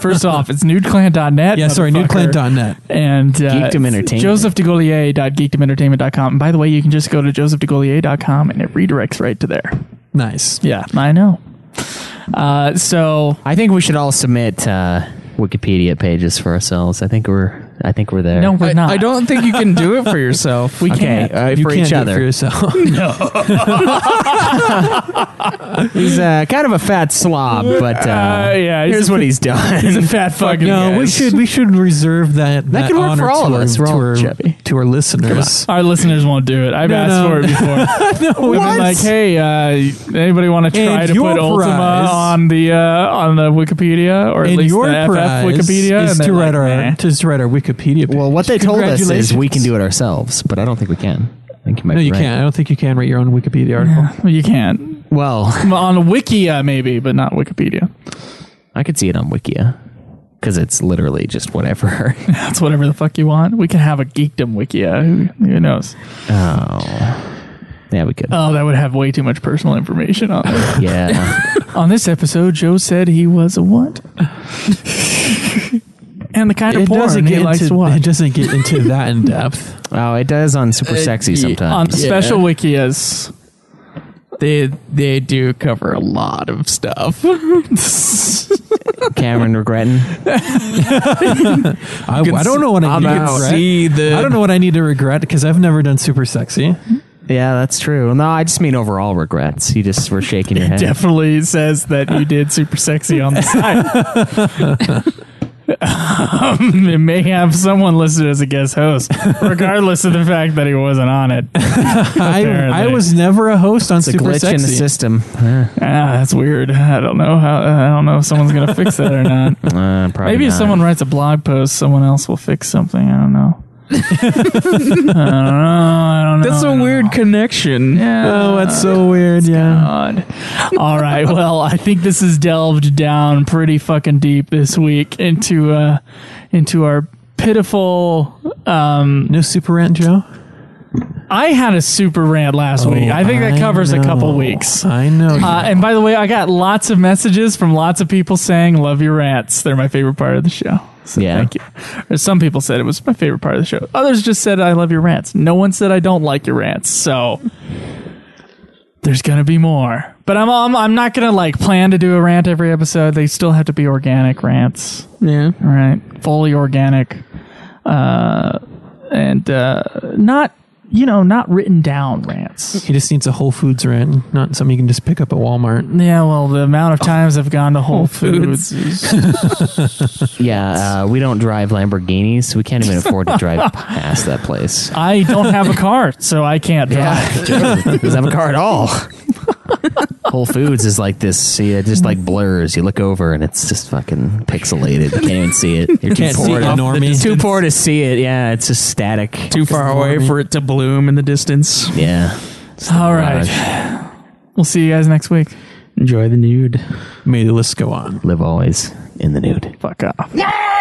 First off, it's nudeclan.net. Yeah, sorry, motherfucker. nudeclan.net. And uh, Geekdom Entertainment. josephdegaullier.geekdomentertainment.com. And by the way, you can just go to josephdegaullier.com and it redirects right to there. Nice. Yeah, I know. Uh, so I think we should all submit uh, Wikipedia pages for ourselves. I think we're I think we're there. no, I, we're not. I don't think you can do it for yourself. We okay, can't. uh, you for can't each do it for other. yourself. He's uh, kind of a fat slob, but uh, Uh, yeah, he's here's a- what he's done. He's a fat fucking. No, we guy. should we should reserve that that, could work honor for all to of our, us. We're to, all our, chubby. to our listeners. Our listeners won't do it. I've No, asked no. for it before. no, We've what? been like, hey, uh, anybody want to try And to your put Ultima prize- on the uh, on the Wikipedia or at And least your the FF prize Wikipedia? is And to they're write like, our "Nah." to just write our Wikipedia. Page. well, what they told us is we can Congratulations. do it ourselves, but I don't think we can. I think you might No, be you right. can't. I don't think you can write your own Wikipedia article. Well, you can't Well, Well, on Wikia maybe, but not Wikipedia. I could see it on Wikia because it's literally just whatever. That's whatever the fuck you want. We can have a geekdom Wikia. Who, who knows? oh, Yeah, we could. Oh, that would have way too much personal information on it. yeah. on this episode, Joe said he was a what? and the kind of porn he likes to into, watch. it doesn't get into that in depth. Oh, it does on super sexy on sometimes. special wikias. They they do cover a lot of stuff. Cameron regretting. I, I don't know what I you need to can regret. see the. I don't know what I need to regret because I've never done super sexy. Yeah, that's true. No, I just mean overall regrets. You just were shaking your head. Definitely says that you did super sexy on the side. um, it may have someone listed as a guest host, regardless of the fact that he wasn't on it. Ah, I, I Apparently. was never a host on It's a super glitch sexy. in the system. Ah, that's weird. I don't know how. I don't know if someone's gonna fix that or not. Uh, probably Maybe if not. someone writes a blog post, someone else will fix something. I don't know. I don't know. I don't know. That's I a don't weird know. connection. Oh, that's so weird. Yeah. God. All right. Well, I think this has delved down pretty fucking deep this week into uh into our pitiful um No super rant, Joe. I had a super rant last week. I think that covers a couple know. weeks. I know. Uh, and by the way, I got lots of messages from lots of people saying love your rants. They're my favorite part of the show. So Yeah. thank you. Or some people said it was my favorite part of the show. Others just said I love your rants. No one said I don't like your rants. So there's gonna be more. But I'm I'm, I'm not gonna like plan to do a rant every episode. They still have to be organic rants. Yeah. All right, fully organic, uh, and uh, not you know not written down rants. he just needs a Whole Foods rant, not something you can just pick up at Walmart. Yeah, well, the amount of times I've gone to Whole Foods. Yeah, uh, we don't drive Lamborghinis, so we can't even afford to drive past that place. I don't have a car, so I can't drive. doesn't have a car at all. Whole Foods is like this. See, it just like blurs. You look over and it's just fucking pixelated. You can't even see it. You're too Can't see poor. it, to- normie. too poor to see it. Yeah, it's just static. Too far away for it to bloom in the distance. Yeah. All right. We'll see you guys next week. Enjoy the nude. May the list go on. Live always in the nude. Fuck off. Yeah!